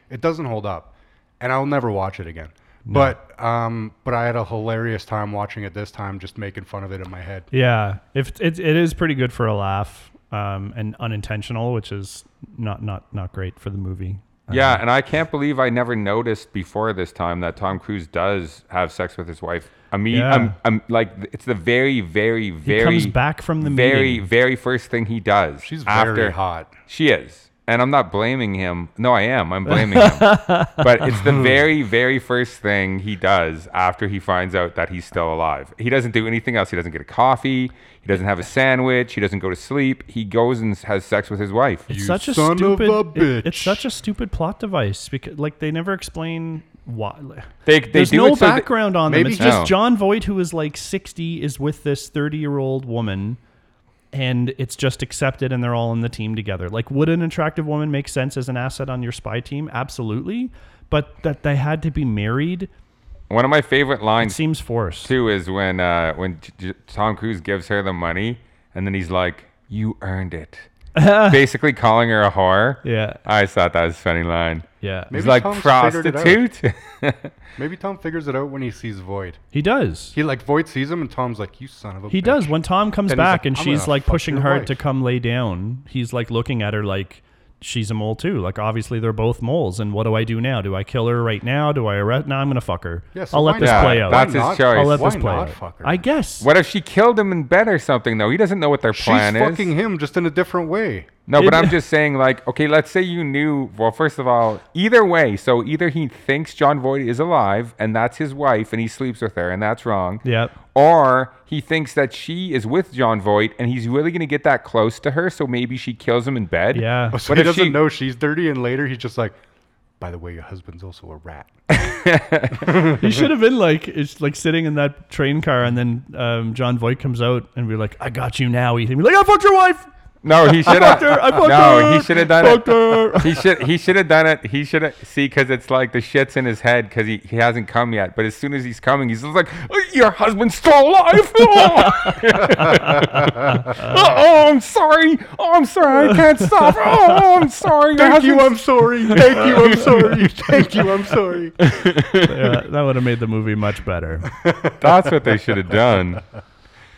S3: It doesn't hold up, and I'll never watch it again. But um, but I had a hilarious time watching it this time, just making fun of it in my head.
S1: Yeah, if it, it is pretty good for a laugh, um, and unintentional, which is not not not great for the movie.
S2: Yeah, and I can't believe I never noticed before this time that Tom Cruise does have sex with his wife. I mean,
S1: Yeah.
S2: I'm, I'm like it's the very, very, very
S1: comes back from the
S2: very,
S1: meeting.
S2: very first thing he does.
S3: She's
S2: after,
S3: very hot.
S2: She is. And I'm not blaming him. No, I am. I'm blaming him. but it's
S1: Hmm.
S2: the very, very first thing he does after he finds out that he's still alive. He doesn't do anything else. He doesn't get a coffee. He doesn't have a sandwich. He doesn't go to sleep. He goes and has sex with his wife.
S1: It's such a
S3: son of
S1: stupid.
S3: a
S1: it- it's
S3: bitch.
S1: such a stupid plot device because like they never explain why.
S2: They, they
S1: There's
S2: do
S1: no
S2: it so that-
S1: background on them.
S3: Maybe
S1: It's just
S2: No.
S1: John Voight, who is like 60, is with this 30 year old woman, and it's just accepted, and they're all in the team together. Like, would an attractive woman make sense as an asset on your spy team? Absolutely, but that they had to be married
S2: one of my favorite lines
S1: seems forced.
S2: too is when uh, when J- J- Tom Cruise gives her the money and then he's like, "You earned it," basically calling her a whore.
S1: Yeah,
S2: I just thought that was a funny line.
S1: yeah.
S3: Maybe
S2: He's like
S3: Tom's figured it out.
S2: prostitute.
S3: Maybe Tom figures it out when he sees Void.
S1: He does.
S3: He like Void sees him, and Tom's like, "You son of a."
S1: He
S3: bitch."
S1: does. When Tom comes
S3: Then he's
S1: back
S3: like,
S1: and
S3: "I'm
S1: she's
S3: gonna
S1: like
S3: fuck
S1: pushing
S3: your
S1: her
S3: wife."
S1: to come lay down, he's like looking at her like she's a mole too. Like obviously they're both moles. And what do I do now? Do I kill her right now? Do I arrest? No, I'm gonna fuck her.
S3: Yeah, so
S1: I'll
S3: why
S1: let this
S2: not?
S1: play
S2: Yeah,
S1: out.
S2: that's
S3: Why
S2: his
S3: not?
S2: choice.
S1: I'll let
S3: Why
S1: this play
S3: not
S1: out.
S3: fuck her?
S1: I guess.
S2: what if she killed him in bed or something though? He doesn't know what their plan
S3: She's
S2: is.
S3: fucking him just in a different way.
S2: No, but
S1: It-
S2: I'm just saying, like, okay, let's say you knew. Well, first of all, either way, so either he thinks John Voight is alive and that's his wife and he sleeps with her and that's wrong.
S1: Yep.
S2: Or he thinks that she is with John Voight and he's really going to get that close to her, so maybe she kills him in bed.
S1: Yeah.
S3: So
S2: But
S3: he
S2: if
S3: doesn't
S2: she-
S3: know she's dirty, and later he's just like, By the way, your husband's also a rat.
S1: You should have been like it's like sitting in that train car, and then um, John Voight comes out and we're like, "I got you now," Ethan. Be like, "I fucked your wife."
S2: No, he should have.
S1: fucked her, I fucked
S2: No, he
S1: her,
S2: should have done
S1: fucked her.
S2: it. He should. He should have done it. He should have. See, because it's like the shit's in his head because he, he hasn't come yet. But as soon as he's coming, he's just like, "Your husband's still alive." Oh, Oh, I'm sorry. Oh, I'm sorry. I can't stop. Oh, I'm sorry. Your
S3: Thank you,
S2: husband's-
S3: I'm sorry. Thank you, I'm sorry. Thank you, I'm sorry.
S1: Yeah, that would have made the movie much better.
S2: That's what they should have done.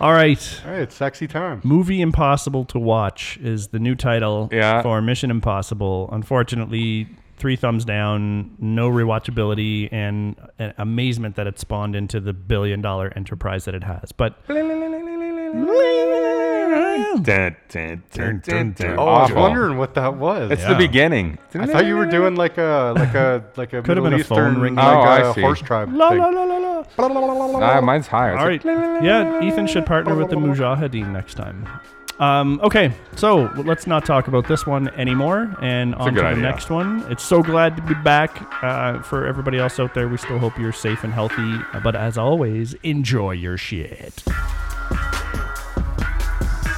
S1: All right.
S3: All right, it's sexy time.
S1: Movie Impossible to Watch is the new title
S2: Yeah.
S1: for Mission Impossible. Unfortunately, three thumbs down, no rewatchability, and a- amazement that it spawned into the billion dollar enterprise that it has. But
S2: Dun, dun, dun, dun, dun.
S3: Oh, I was
S2: Awful.
S3: wondering what that was.
S2: It's
S1: Yeah.
S2: the beginning.
S3: I thought you were doing like a like a like a
S1: Could have
S3: Middle
S1: been a phone
S3: Eastern
S1: ring.
S3: like
S2: Oh,
S3: a
S2: I see.
S3: horse tribe.
S1: la
S3: thing.
S1: la la la la.
S2: Nah, mine's higher.
S1: All right. Yeah, Ethan should partner with the Mujahideen next time. Um, okay, so let's not talk about this one anymore and on to
S2: good
S1: the
S2: idea.
S1: next one. It's so glad to be back. Uh, for everybody else out there, we still hope you're safe and healthy. But as always, enjoy your shit.